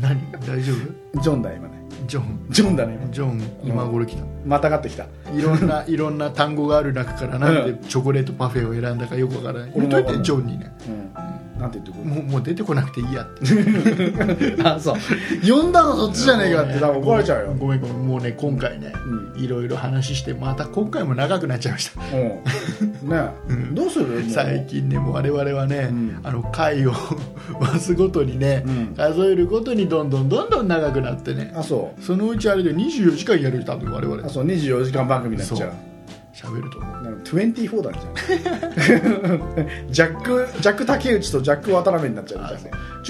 [SPEAKER 1] 何大丈夫
[SPEAKER 2] ジョンだ今ね
[SPEAKER 1] ジョン。
[SPEAKER 2] ジョンだね
[SPEAKER 1] ジョン、今頃来た。
[SPEAKER 2] 今またがってきた
[SPEAKER 1] いろんな、 (laughs) いろんな単語がある中からなん
[SPEAKER 2] う
[SPEAKER 1] でチョコレートパフェを選んだかよくわからない。俺
[SPEAKER 2] 俺も
[SPEAKER 1] と
[SPEAKER 2] わ
[SPEAKER 1] い
[SPEAKER 2] かんない
[SPEAKER 1] て、ジョンにね。
[SPEAKER 2] うんなんて言ってくる
[SPEAKER 1] もうもう出てこなくていいやって
[SPEAKER 2] あそう呼んだのそっちじゃねえかって多分怒られちゃうよ、
[SPEAKER 1] ごめんごめんもうね今回ねいろいろ話してまた今回も長くなっちゃいました
[SPEAKER 2] うん、ねえ、どうする
[SPEAKER 1] 最近ねもう我々はね、
[SPEAKER 2] ん
[SPEAKER 1] あの回を回すごとにね、
[SPEAKER 2] うん
[SPEAKER 1] 数えるごとにどんどんどんどん長くなってね
[SPEAKER 2] あそう
[SPEAKER 1] そのうちあれで24時間やるたぶん我々
[SPEAKER 2] あそう24時間番組になっちゃう
[SPEAKER 1] そう喋ると思う
[SPEAKER 2] なるほど24だねじゃん (laughs) ジャックジャック竹内とジャック渡辺になっちゃうみたい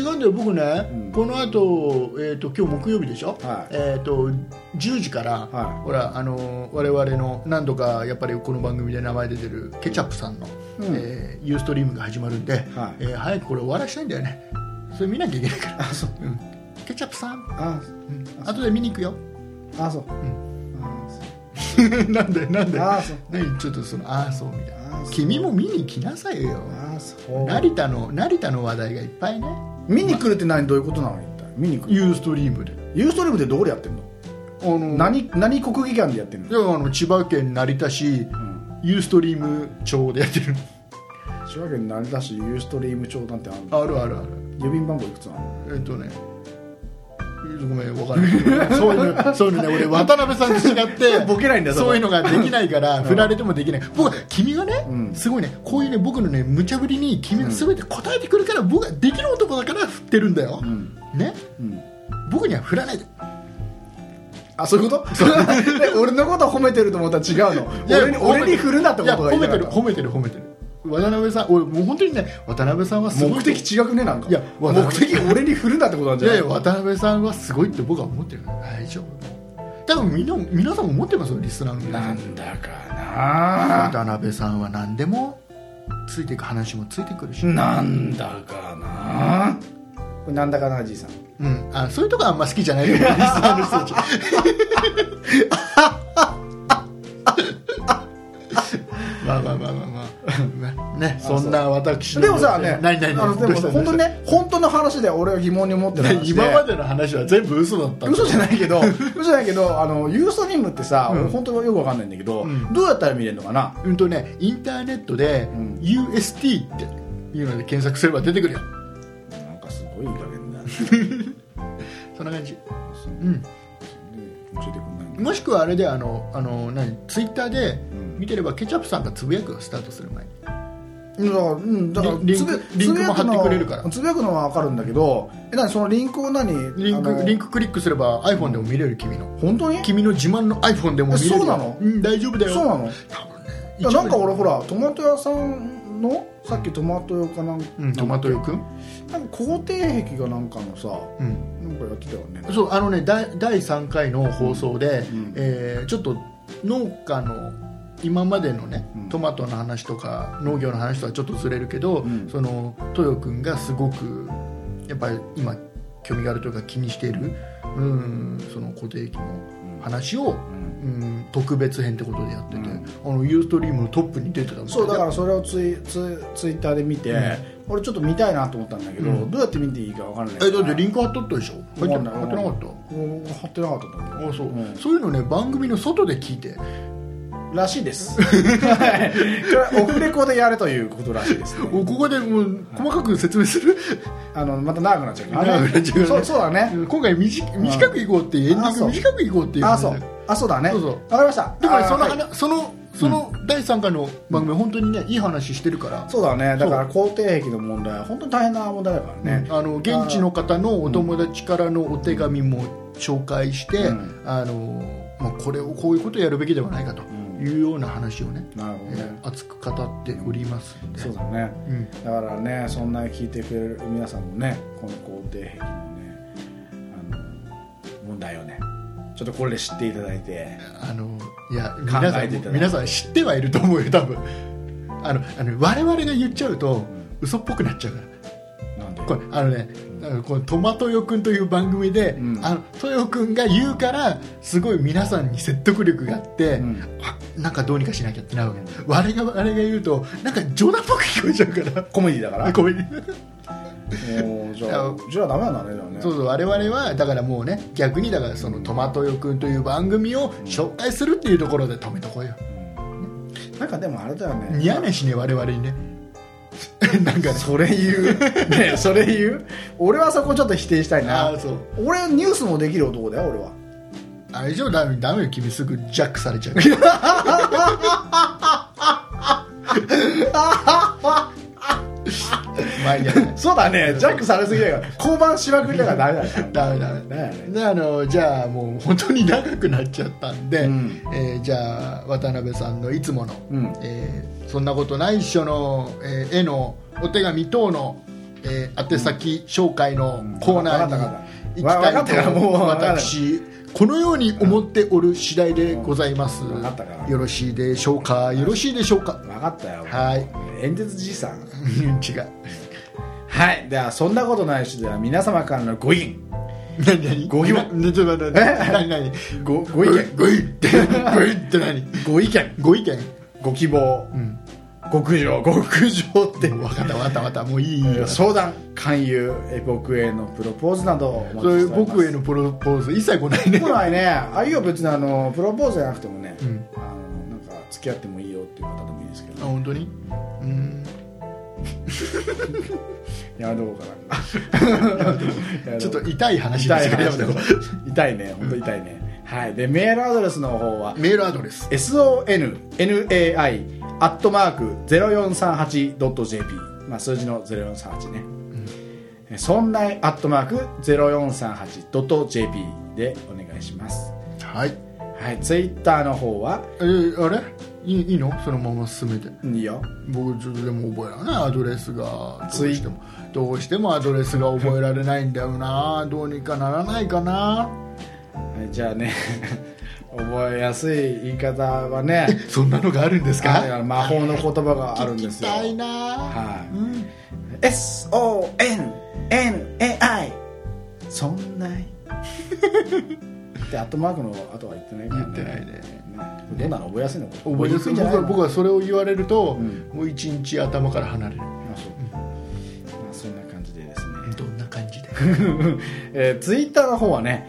[SPEAKER 2] な
[SPEAKER 1] 違うんだよ僕ね、この後、えー、と今日木曜日でしょ、
[SPEAKER 2] はい
[SPEAKER 1] えー、と10時から、
[SPEAKER 2] はい
[SPEAKER 1] ほらあのー我々の何度かやっぱりこの番組で名前出てるケチャップさんの、えーユーストリームが始まるんで、
[SPEAKER 2] はい
[SPEAKER 1] えー早くこれ終わらしたいんだよねそれ見なきゃいけないからうんケチャップさん
[SPEAKER 2] あ
[SPEAKER 1] 後で見に行くよ (laughs)
[SPEAKER 2] あそう、あ
[SPEAKER 1] なんでなんで
[SPEAKER 2] あーそう
[SPEAKER 1] 何ちょっとそのああそうみたい
[SPEAKER 2] あ
[SPEAKER 1] な
[SPEAKER 2] ーそう
[SPEAKER 1] 君も見に来なさいよ
[SPEAKER 2] あそう
[SPEAKER 1] 成田の成田の話題がいっぱいね
[SPEAKER 2] 見に来るって何どういうことなの一体見に来る
[SPEAKER 1] ユーストリームで
[SPEAKER 2] ユーストリームってどこでやってんの
[SPEAKER 1] あのー
[SPEAKER 2] 何何国技館でやってん
[SPEAKER 1] い
[SPEAKER 2] の
[SPEAKER 1] やあの千葉県成田市、ユーストリーム町でや
[SPEAKER 2] (laughs)
[SPEAKER 1] ってる
[SPEAKER 2] 千葉県成田市ユーストリーム町なんてあるの
[SPEAKER 1] あるあるある
[SPEAKER 2] 郵便番号いくつなの
[SPEAKER 1] えっとねごめん分からないそういうのそういうのね俺渡辺さんと違って
[SPEAKER 2] (laughs) ボケないんだよそれ
[SPEAKER 1] そういうのができないから振られてもできない僕は君がね、すごいねこういうね僕のね無茶ぶりに君が全て答えてくるから僕はできる男だから振ってるんだよ、ね、僕には振らないで
[SPEAKER 2] あそういうこと (laughs) え俺のこと褒めてると思ったら違うの
[SPEAKER 1] いや
[SPEAKER 2] 俺に俺に振るなってことが言い
[SPEAKER 1] いや
[SPEAKER 2] たか
[SPEAKER 1] 褒
[SPEAKER 2] っ
[SPEAKER 1] めてる褒めて
[SPEAKER 2] た
[SPEAKER 1] る褒めてる渡辺さん俺もう本当にね渡辺さんはすごい
[SPEAKER 2] 目的違くねなんか
[SPEAKER 1] いや
[SPEAKER 2] 目的俺に振るなってことなん
[SPEAKER 1] い
[SPEAKER 2] じゃ
[SPEAKER 1] や
[SPEAKER 2] ない
[SPEAKER 1] いや渡辺さんはすごいって僕は思ってるから大丈夫多分みんな皆さんも思ってますよリスナーの皆さん
[SPEAKER 2] なんだかな
[SPEAKER 1] 渡辺さんは何でもついていく話もついてくるし、
[SPEAKER 2] なんだかなこれなんだかなじいさん
[SPEAKER 1] うん、あそういうとこあんま好きじ
[SPEAKER 2] (laughs)
[SPEAKER 1] ゃないよリスナーの人たちまあまあまあまあまあねそんな私の
[SPEAKER 2] でもさね
[SPEAKER 1] 何何
[SPEAKER 2] あ
[SPEAKER 1] 何
[SPEAKER 2] ので
[SPEAKER 1] どう
[SPEAKER 2] も
[SPEAKER 1] した
[SPEAKER 2] 本当にね本当の話で俺が疑問に思ってる話で
[SPEAKER 1] (laughs) 今までの話は全部嘘だったんだ
[SPEAKER 2] 嘘じゃない
[SPEAKER 1] (laughs)
[SPEAKER 2] けど嘘じゃないけどあのユーストリームってさ、俺本当よくわかんないんだけど、どうやったら見れるのかな
[SPEAKER 1] うんとねインターネットで UST っていうので検索すれば出てくるよ
[SPEAKER 2] なんかすごいいい加減だ
[SPEAKER 1] (laughs) そんな感じ
[SPEAKER 2] 教えてくんない
[SPEAKER 1] もしくはあれであのあの何ツイッターで見てればケチャップさんがつぶやくよスタートする前に
[SPEAKER 2] だから、うん、だから
[SPEAKER 1] リリン
[SPEAKER 2] つ
[SPEAKER 1] ク
[SPEAKER 2] ぶ
[SPEAKER 1] リンクも
[SPEAKER 2] つぶやく
[SPEAKER 1] 貼っ
[SPEAKER 2] の
[SPEAKER 1] てくれるから
[SPEAKER 2] つぶやくのはわかるんだけどえ何そのリンクを何
[SPEAKER 1] リン
[SPEAKER 2] あの
[SPEAKER 1] クリンククリックすれば iPhone でも見れる君の
[SPEAKER 2] 本当に
[SPEAKER 1] 君の自慢の iPhone でも見れるよ
[SPEAKER 2] えそうなの
[SPEAKER 1] うん大丈夫だよ
[SPEAKER 2] そうなの
[SPEAKER 1] 多分ね
[SPEAKER 2] いやなんか俺ほらトマト屋さんのさっきトマト用かなんか、
[SPEAKER 1] うんトマトよくん
[SPEAKER 2] なんか肯定壁がなんかのさ、なんかやってたよね
[SPEAKER 1] そうあのねだい第3回の放送で、えーちょっと農家の今までのね、トマトの話とか農業の話とはちょっとずれるけど、その豊君がすごくやっぱり今興味があるというか気にしている、うん、その固定機の話を、うん、特別編ってことでやってて、あのユーストリームのトップに出てたん
[SPEAKER 2] そうだからそれをツイツイツイッターで見て、俺ちょっと見たいなと思ったんだけど、どうやって見ていいかわからない
[SPEAKER 1] えだってリ
[SPEAKER 2] ン
[SPEAKER 1] ンク貼っとったでしょ貼ってな貼ってなかった
[SPEAKER 2] 貼ってなかったんだけど
[SPEAKER 1] あそう、
[SPEAKER 2] うん
[SPEAKER 1] そういうのね番組の外で聞いて
[SPEAKER 2] らしいで
[SPEAKER 1] (laughs)
[SPEAKER 2] す (laughs) はいこれオフレコでやるということらしいです、ね、
[SPEAKER 1] おここでもう細かく説明する、
[SPEAKER 2] あのまた長くなっちゃうから
[SPEAKER 1] 長くなっちゃうね
[SPEAKER 2] そうそうだね
[SPEAKER 1] 今回短く短くいこうっていうエンディ
[SPEAKER 2] あ
[SPEAKER 1] ング
[SPEAKER 2] そう
[SPEAKER 1] 短くいこうっていう
[SPEAKER 2] あそうあそうだね
[SPEAKER 1] そうそう
[SPEAKER 2] わかりました
[SPEAKER 1] でもね
[SPEAKER 2] あ
[SPEAKER 1] その
[SPEAKER 2] はい
[SPEAKER 1] 話、そのその第3回の番組、本当にねいい話してるから
[SPEAKER 2] そうだねだから肯定壁の問題は本当に大変な問題だからね、
[SPEAKER 1] あの現地の方のお友達からのお手紙も紹介して、
[SPEAKER 2] うん
[SPEAKER 1] あのまあ、これをこういうことをやるべきではないかというような話をね、
[SPEAKER 2] なるほど
[SPEAKER 1] え
[SPEAKER 2] ね
[SPEAKER 1] ー熱く語っておりますんで
[SPEAKER 2] そうだね、
[SPEAKER 1] うん
[SPEAKER 2] だからねそんな聞いてくれる皆さんもねこの肯定壁のねあの問題をねちょっとこれで知っていただいて
[SPEAKER 1] あのいや
[SPEAKER 2] 考
[SPEAKER 1] 皆さ
[SPEAKER 2] え
[SPEAKER 1] ん
[SPEAKER 2] ていただいて
[SPEAKER 1] 皆さん知ってはいると思うよ多分あのあの我々が言っちゃうと嘘っぽくなっちゃうから
[SPEAKER 2] なんで
[SPEAKER 1] これあのね、このトマトよくんという番組で、
[SPEAKER 2] ん
[SPEAKER 1] あのトヨくんが言うからすごい皆さんに説得力があって、
[SPEAKER 2] ん
[SPEAKER 1] あなんかどうにかしなきゃってなるわけ、我が我が言うとなんか冗談っぽく聞こえちゃうから (laughs)
[SPEAKER 2] コメディだから
[SPEAKER 1] ごめんね
[SPEAKER 2] もうじゃあ
[SPEAKER 1] いや
[SPEAKER 2] じゃあダメなんだねだからね
[SPEAKER 1] そうそう我々はだからもうね逆にだからそのトマトよくんという番組を紹介するっていうところで止めとこうよ
[SPEAKER 2] なんかでもあれだよね (laughs)
[SPEAKER 1] 似合わないしね我々にね (laughs) なんかね
[SPEAKER 2] それ言うねえそれ言う俺はそこちょっと否定したいな
[SPEAKER 1] あーそう
[SPEAKER 2] 俺ニュースもできる男だよ俺は
[SPEAKER 1] あれ以上ダメダメよ君すぐジャックされちゃう (laughs) から前にやる
[SPEAKER 2] そうだねジャックされすぎだから交番しまくりだからダメだね
[SPEAKER 1] ダメダメ
[SPEAKER 2] だよね
[SPEAKER 1] であのじゃあもう本当に長くなっちゃったんで、えーじゃあ渡辺さんのいつもの「
[SPEAKER 2] うん
[SPEAKER 1] えーそんなことないっしょの」えー絵のお手紙等の、えー宛先紹介のコーナーに
[SPEAKER 2] わかった
[SPEAKER 1] 行き
[SPEAKER 2] わかったわかった
[SPEAKER 1] たいと
[SPEAKER 2] わかったからもう
[SPEAKER 1] 私このように思っておる次第でございます、
[SPEAKER 2] んわかったから
[SPEAKER 1] よろしいでしょうかよろしいでしょうか
[SPEAKER 2] 分かったよ
[SPEAKER 1] はい (laughs)
[SPEAKER 2] 演説じいさん
[SPEAKER 1] 違う
[SPEAKER 2] はいではそんなことないしでは皆様からのご意見
[SPEAKER 1] 何何
[SPEAKER 2] ご疑問
[SPEAKER 1] ねちょっと待って
[SPEAKER 2] え
[SPEAKER 1] 何何
[SPEAKER 2] ごご意見
[SPEAKER 1] ご意見ご意見って何
[SPEAKER 2] ご意見
[SPEAKER 1] ご意見
[SPEAKER 2] ご希望、極上極上って
[SPEAKER 1] 分かった分かった分かったもういいよ
[SPEAKER 2] 相談勧誘え僕へのプロポーズなどをお
[SPEAKER 1] そう
[SPEAKER 2] 待
[SPEAKER 1] い
[SPEAKER 2] ち
[SPEAKER 1] う
[SPEAKER 2] しております
[SPEAKER 1] 僕へのプロポーズ一切来ないね
[SPEAKER 2] 来ないねあいいよ別にあのプロポーズじゃなくてもね、あのなんか付き合ってもいいよっていう方でもいいですけ
[SPEAKER 1] あ
[SPEAKER 2] ど
[SPEAKER 1] 本当に
[SPEAKER 2] やめとこうか
[SPEAKER 1] (laughs)
[SPEAKER 2] な
[SPEAKER 1] ちょっと痛い話で
[SPEAKER 2] 痛
[SPEAKER 1] す
[SPEAKER 2] い
[SPEAKER 1] けど
[SPEAKER 2] 話
[SPEAKER 1] やめと
[SPEAKER 2] だよ
[SPEAKER 1] こ
[SPEAKER 2] (laughs) 痛いね本当痛いねはいでメールアドレスの方は
[SPEAKER 1] うメールアドレス
[SPEAKER 2] sonnai アットマーク 0438.jp、まあ、数字の0438ね、えそんないアットマーク 0438.jp でお願いします
[SPEAKER 1] はい
[SPEAKER 2] はいツイッターの方は
[SPEAKER 1] えーあれいいいいのそのまま進めて
[SPEAKER 2] いいよ
[SPEAKER 1] 僕ちょっとでも覚えられないアドレスがど
[SPEAKER 2] つ
[SPEAKER 1] う
[SPEAKER 2] い
[SPEAKER 1] してもどうしてもアドレスが覚えられないんだよなどうにかならないかな
[SPEAKER 2] はいじゃあね (laughs) 覚えやすい言い方はね
[SPEAKER 1] そんなのがあるんです
[SPEAKER 2] あ
[SPEAKER 1] か
[SPEAKER 2] の魔法の言葉があるんですよ
[SPEAKER 1] 痛いな
[SPEAKER 2] はい、SONNAI そんないでアットマークの後は言ってないから、ね、
[SPEAKER 1] 言ってないね
[SPEAKER 2] どんなの覚えやすいのか
[SPEAKER 1] 覚えやすい
[SPEAKER 2] にくん
[SPEAKER 1] 僕は
[SPEAKER 2] じゃないの
[SPEAKER 1] 僕はそれを言われると、
[SPEAKER 2] ん
[SPEAKER 1] もう一日頭から離れる
[SPEAKER 2] あそうまあ、そんな感じでですね (laughs)
[SPEAKER 1] どんな感じで
[SPEAKER 2] えー、ツイッターの方はね、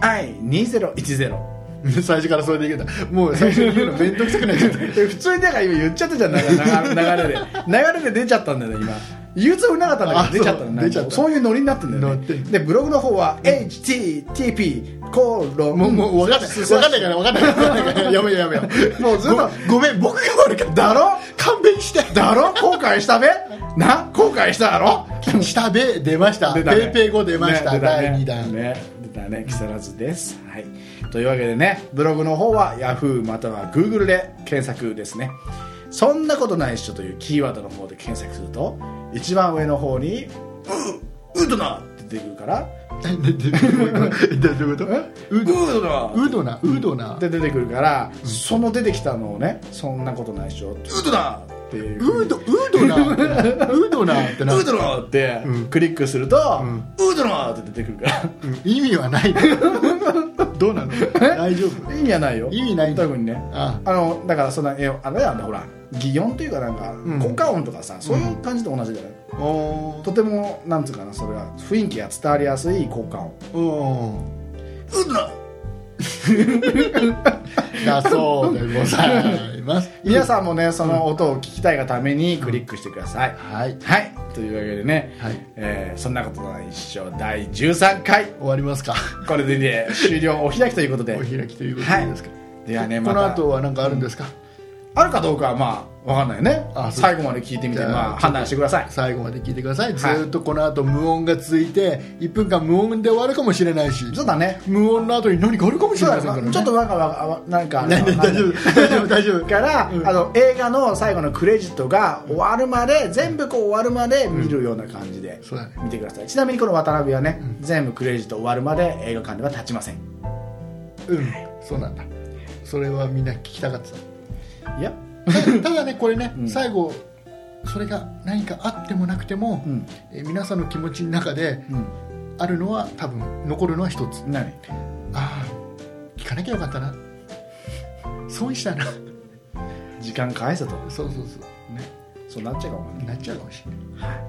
[SPEAKER 2] SONNAI2010
[SPEAKER 1] (laughs) 最初からそれでいけたもう最初に言うの面倒くさくなっちゃった
[SPEAKER 2] え普通にだから今言っちゃったじゃんなんか流れ流れで流れで出ちゃったんだよね今言うつもりなかったんだけど出ちゃった
[SPEAKER 1] あそ
[SPEAKER 2] の
[SPEAKER 1] う
[SPEAKER 2] なんか
[SPEAKER 1] 出ちゃった
[SPEAKER 2] そういうノリになってんだよ
[SPEAKER 1] なって
[SPEAKER 2] ね
[SPEAKER 1] る
[SPEAKER 2] でブログの方は HTTP コロン
[SPEAKER 1] もうもう分かんない分かんないから分かんない分かんないから (laughs) やめようやめよう
[SPEAKER 2] もうずっと
[SPEAKER 1] ごごめん僕が悪かった
[SPEAKER 2] だろ
[SPEAKER 1] 勘弁して
[SPEAKER 2] だろ後悔したべな後悔しただろ
[SPEAKER 1] 下で出ました
[SPEAKER 2] 出たね
[SPEAKER 1] ペイペイ後出ました、
[SPEAKER 2] ね出たね
[SPEAKER 1] 第2弾、
[SPEAKER 2] ね出たね木更津です、はい、というわけでねブログの方は Yahoo または Google で検索ですねそんなことないっしょというキーワードの方で検索すると一番上の方に「ううどな!」って出てくるから
[SPEAKER 1] えででどういうこと
[SPEAKER 2] 「うどな!」
[SPEAKER 1] ウドナウドナ
[SPEAKER 2] って出てくるから、その出てきたのをね「そんなことないっしょ」「うどな!」っていう
[SPEAKER 1] ウドウドナってなウドナってな
[SPEAKER 2] ウードローってクリックすると、ウードローって出てくるから
[SPEAKER 1] 意味はないどうなの大丈夫
[SPEAKER 2] 意味はないよ
[SPEAKER 1] 意味ないんだ
[SPEAKER 2] 特にね
[SPEAKER 1] あ
[SPEAKER 2] あのだからそんなえあれなんだほら擬音というかなんか、効果音とかさそういう感じと同じだよね、
[SPEAKER 1] お
[SPEAKER 2] とてもなんつうかなそれは雰囲気が伝わりやすい効果音
[SPEAKER 1] うん
[SPEAKER 2] ウードロー
[SPEAKER 1] だそうでございます
[SPEAKER 2] 皆さんもねその音を聞きたいがためにクリックしてください、
[SPEAKER 1] はい
[SPEAKER 2] はいというわけでね、
[SPEAKER 1] はい
[SPEAKER 2] えーそんなことない一生第13回
[SPEAKER 1] 終わりますか
[SPEAKER 2] これで、ね、終了お開きということで
[SPEAKER 1] お開きということ
[SPEAKER 2] は
[SPEAKER 1] でい
[SPEAKER 2] い
[SPEAKER 1] いですか、
[SPEAKER 2] ではね
[SPEAKER 1] こ
[SPEAKER 2] ま
[SPEAKER 1] の
[SPEAKER 2] た
[SPEAKER 1] 後は何かあるんですか、
[SPEAKER 2] あるかどうかはまあわかんないよね
[SPEAKER 1] あそう
[SPEAKER 2] 最後まで聞いてみて
[SPEAKER 1] じゃあ
[SPEAKER 2] まあ判断してください
[SPEAKER 1] 最後まで聞いてください、
[SPEAKER 2] はい
[SPEAKER 1] ずーっとこの後無音が続いて1分間無音で終わるかもしれないし
[SPEAKER 2] そうだね
[SPEAKER 1] 無音の後に何かあるかもし
[SPEAKER 2] そ
[SPEAKER 1] れま
[SPEAKER 2] う
[SPEAKER 1] せん
[SPEAKER 2] だ
[SPEAKER 1] から、
[SPEAKER 2] ね
[SPEAKER 1] ね、
[SPEAKER 2] ちょっとなんかわかわなんか
[SPEAKER 1] (laughs) 大丈夫大
[SPEAKER 2] (laughs)
[SPEAKER 1] 丈夫大丈夫
[SPEAKER 2] から、あの映画の最後のクレジットが終わるまで全部こう終わるまで見るような感じで
[SPEAKER 1] そうだね
[SPEAKER 2] 見てくださいちなみにこの渡辺はね、全部クレジット終わるまで映画館では立ちません
[SPEAKER 1] うんそうなんだそれはみんな聞きたかった
[SPEAKER 2] いや
[SPEAKER 1] たただねこれね、最後それが何かあってもなくても、
[SPEAKER 2] ん
[SPEAKER 1] えー皆さんの気持ちの中で、
[SPEAKER 2] ん
[SPEAKER 1] あるのは多分残るのは一つ
[SPEAKER 2] 何
[SPEAKER 1] ああ聞かなきゃよかったな損したな
[SPEAKER 2] 時間返せと
[SPEAKER 1] そうそうそ
[SPEAKER 2] そうなっちゃうかも
[SPEAKER 1] う
[SPEAKER 2] ね
[SPEAKER 1] なっちゃうかもしれない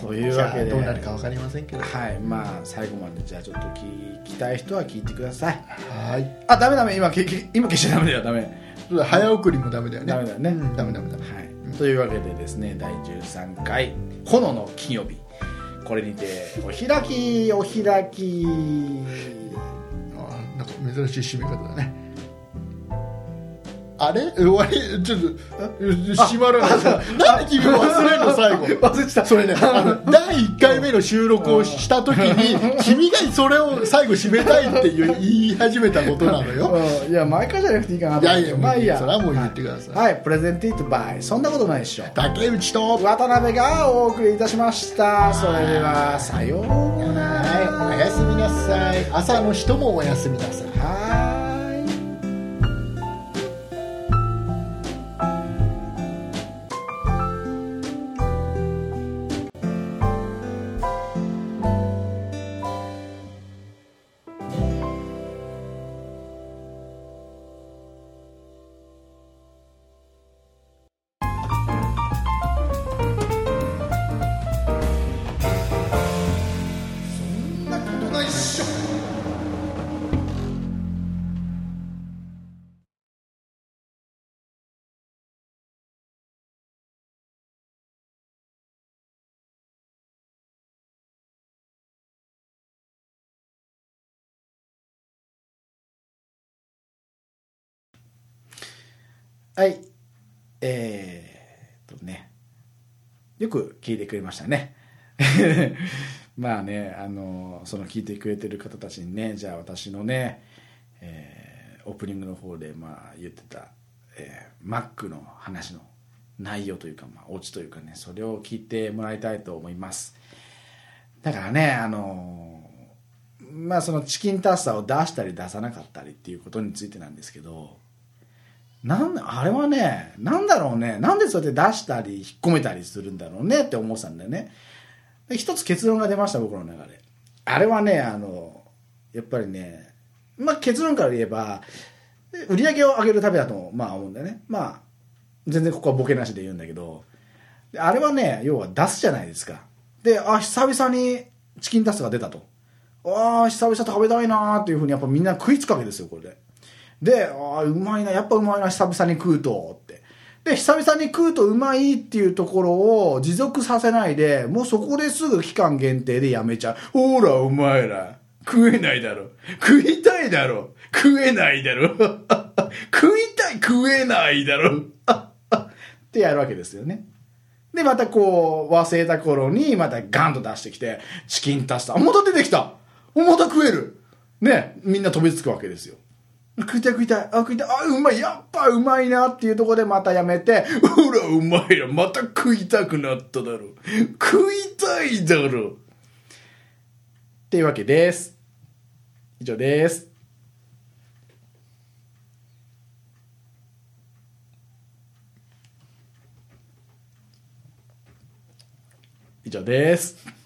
[SPEAKER 2] というわけで
[SPEAKER 1] じゃあどうなるかわかりませんけど
[SPEAKER 2] はいまあ最後までじゃあちょっと聞きたい人は聞いてください
[SPEAKER 1] はい
[SPEAKER 2] あダメダメ今けけ今消しちゃダメだよダメ
[SPEAKER 1] そうだ早送りもダメだよね
[SPEAKER 2] ダメだよね
[SPEAKER 1] うんダメダメダメ
[SPEAKER 2] はい、というわけでですね第13回「炎の金曜日」これにてお開きお開き
[SPEAKER 1] あーなんか珍しい締め方だねあれ (laughs) 終わりちょっと閉まらないなんで君忘れるの最後
[SPEAKER 2] (laughs) 忘れてた
[SPEAKER 1] それねあの第1回目の収録をした時に君がそれを最後締めたいっていう言い始めたことなのよ
[SPEAKER 2] (laughs) うんいや毎回じゃなくていいかない
[SPEAKER 1] やいや
[SPEAKER 2] (laughs) まあいいや
[SPEAKER 1] それはもう言ってください
[SPEAKER 2] はい、はいプレゼンティートバイそんなことないっしょ
[SPEAKER 1] 竹内と
[SPEAKER 2] 渡辺がお送りいたしましたそれではさようなら
[SPEAKER 1] はい、おやすみなさい朝の人もおやすみなさい
[SPEAKER 2] はーいはい。えーっとね。よく聞いてくれましたね。 (laughs) まあね、あの、その聞いてくれてる方たちにね、じゃあ私のね、えーオープニングの方で、まあ言ってた、えー、Mac の話の内容というか、まあオチというかね、それを聞いてもらいたいと思います。だからね、あの、まあそのチキンタッサーを出したり出さなかったりっていうことについてなんですけど、なんあれはね、なんだろうね、なんでそうやって出したり、引っ込めたりするんだろうねって思ってたんだよね。で一つ結論が出ました、僕の中で。あれはね、あの、やっぱりね、まあ結論から言えば、で売り上げを上げるためだと、まあ思うんだよね。まあ、全然ここはボケなしで言うんだけど、であれはね、要は出すじゃないですか。で、あ、久々にチキンタツが出たと。ああ、久々食べたいなーっていうふうにやっぱみんな食いつくわけですよ、これで。で、ああ、うまいな、やっぱうまいな、久々に食うと、って。で、久々に食うとうまいっていうところを持続させないで、もうそこですぐ期間限定でやめちゃう。ほら、お前ら、食えないだろ。食いたいだろ。食えないだろ。 (laughs) 食いたい、食えないだろ。 (laughs) ってやるわけですよね。で、またこう、忘れた頃に、またガンと出してきて、チキン足した。あまた出てきたおまた食えるね、みんな飛びつくわけですよ。食いたい食いたい、あ、食いたい、あ、うまい、やっぱうまいなっていうところでまたやめて、ほら、うまいな、また食いたくなっただろ。食いたいだろ。っていうわけです。以上です。以上です。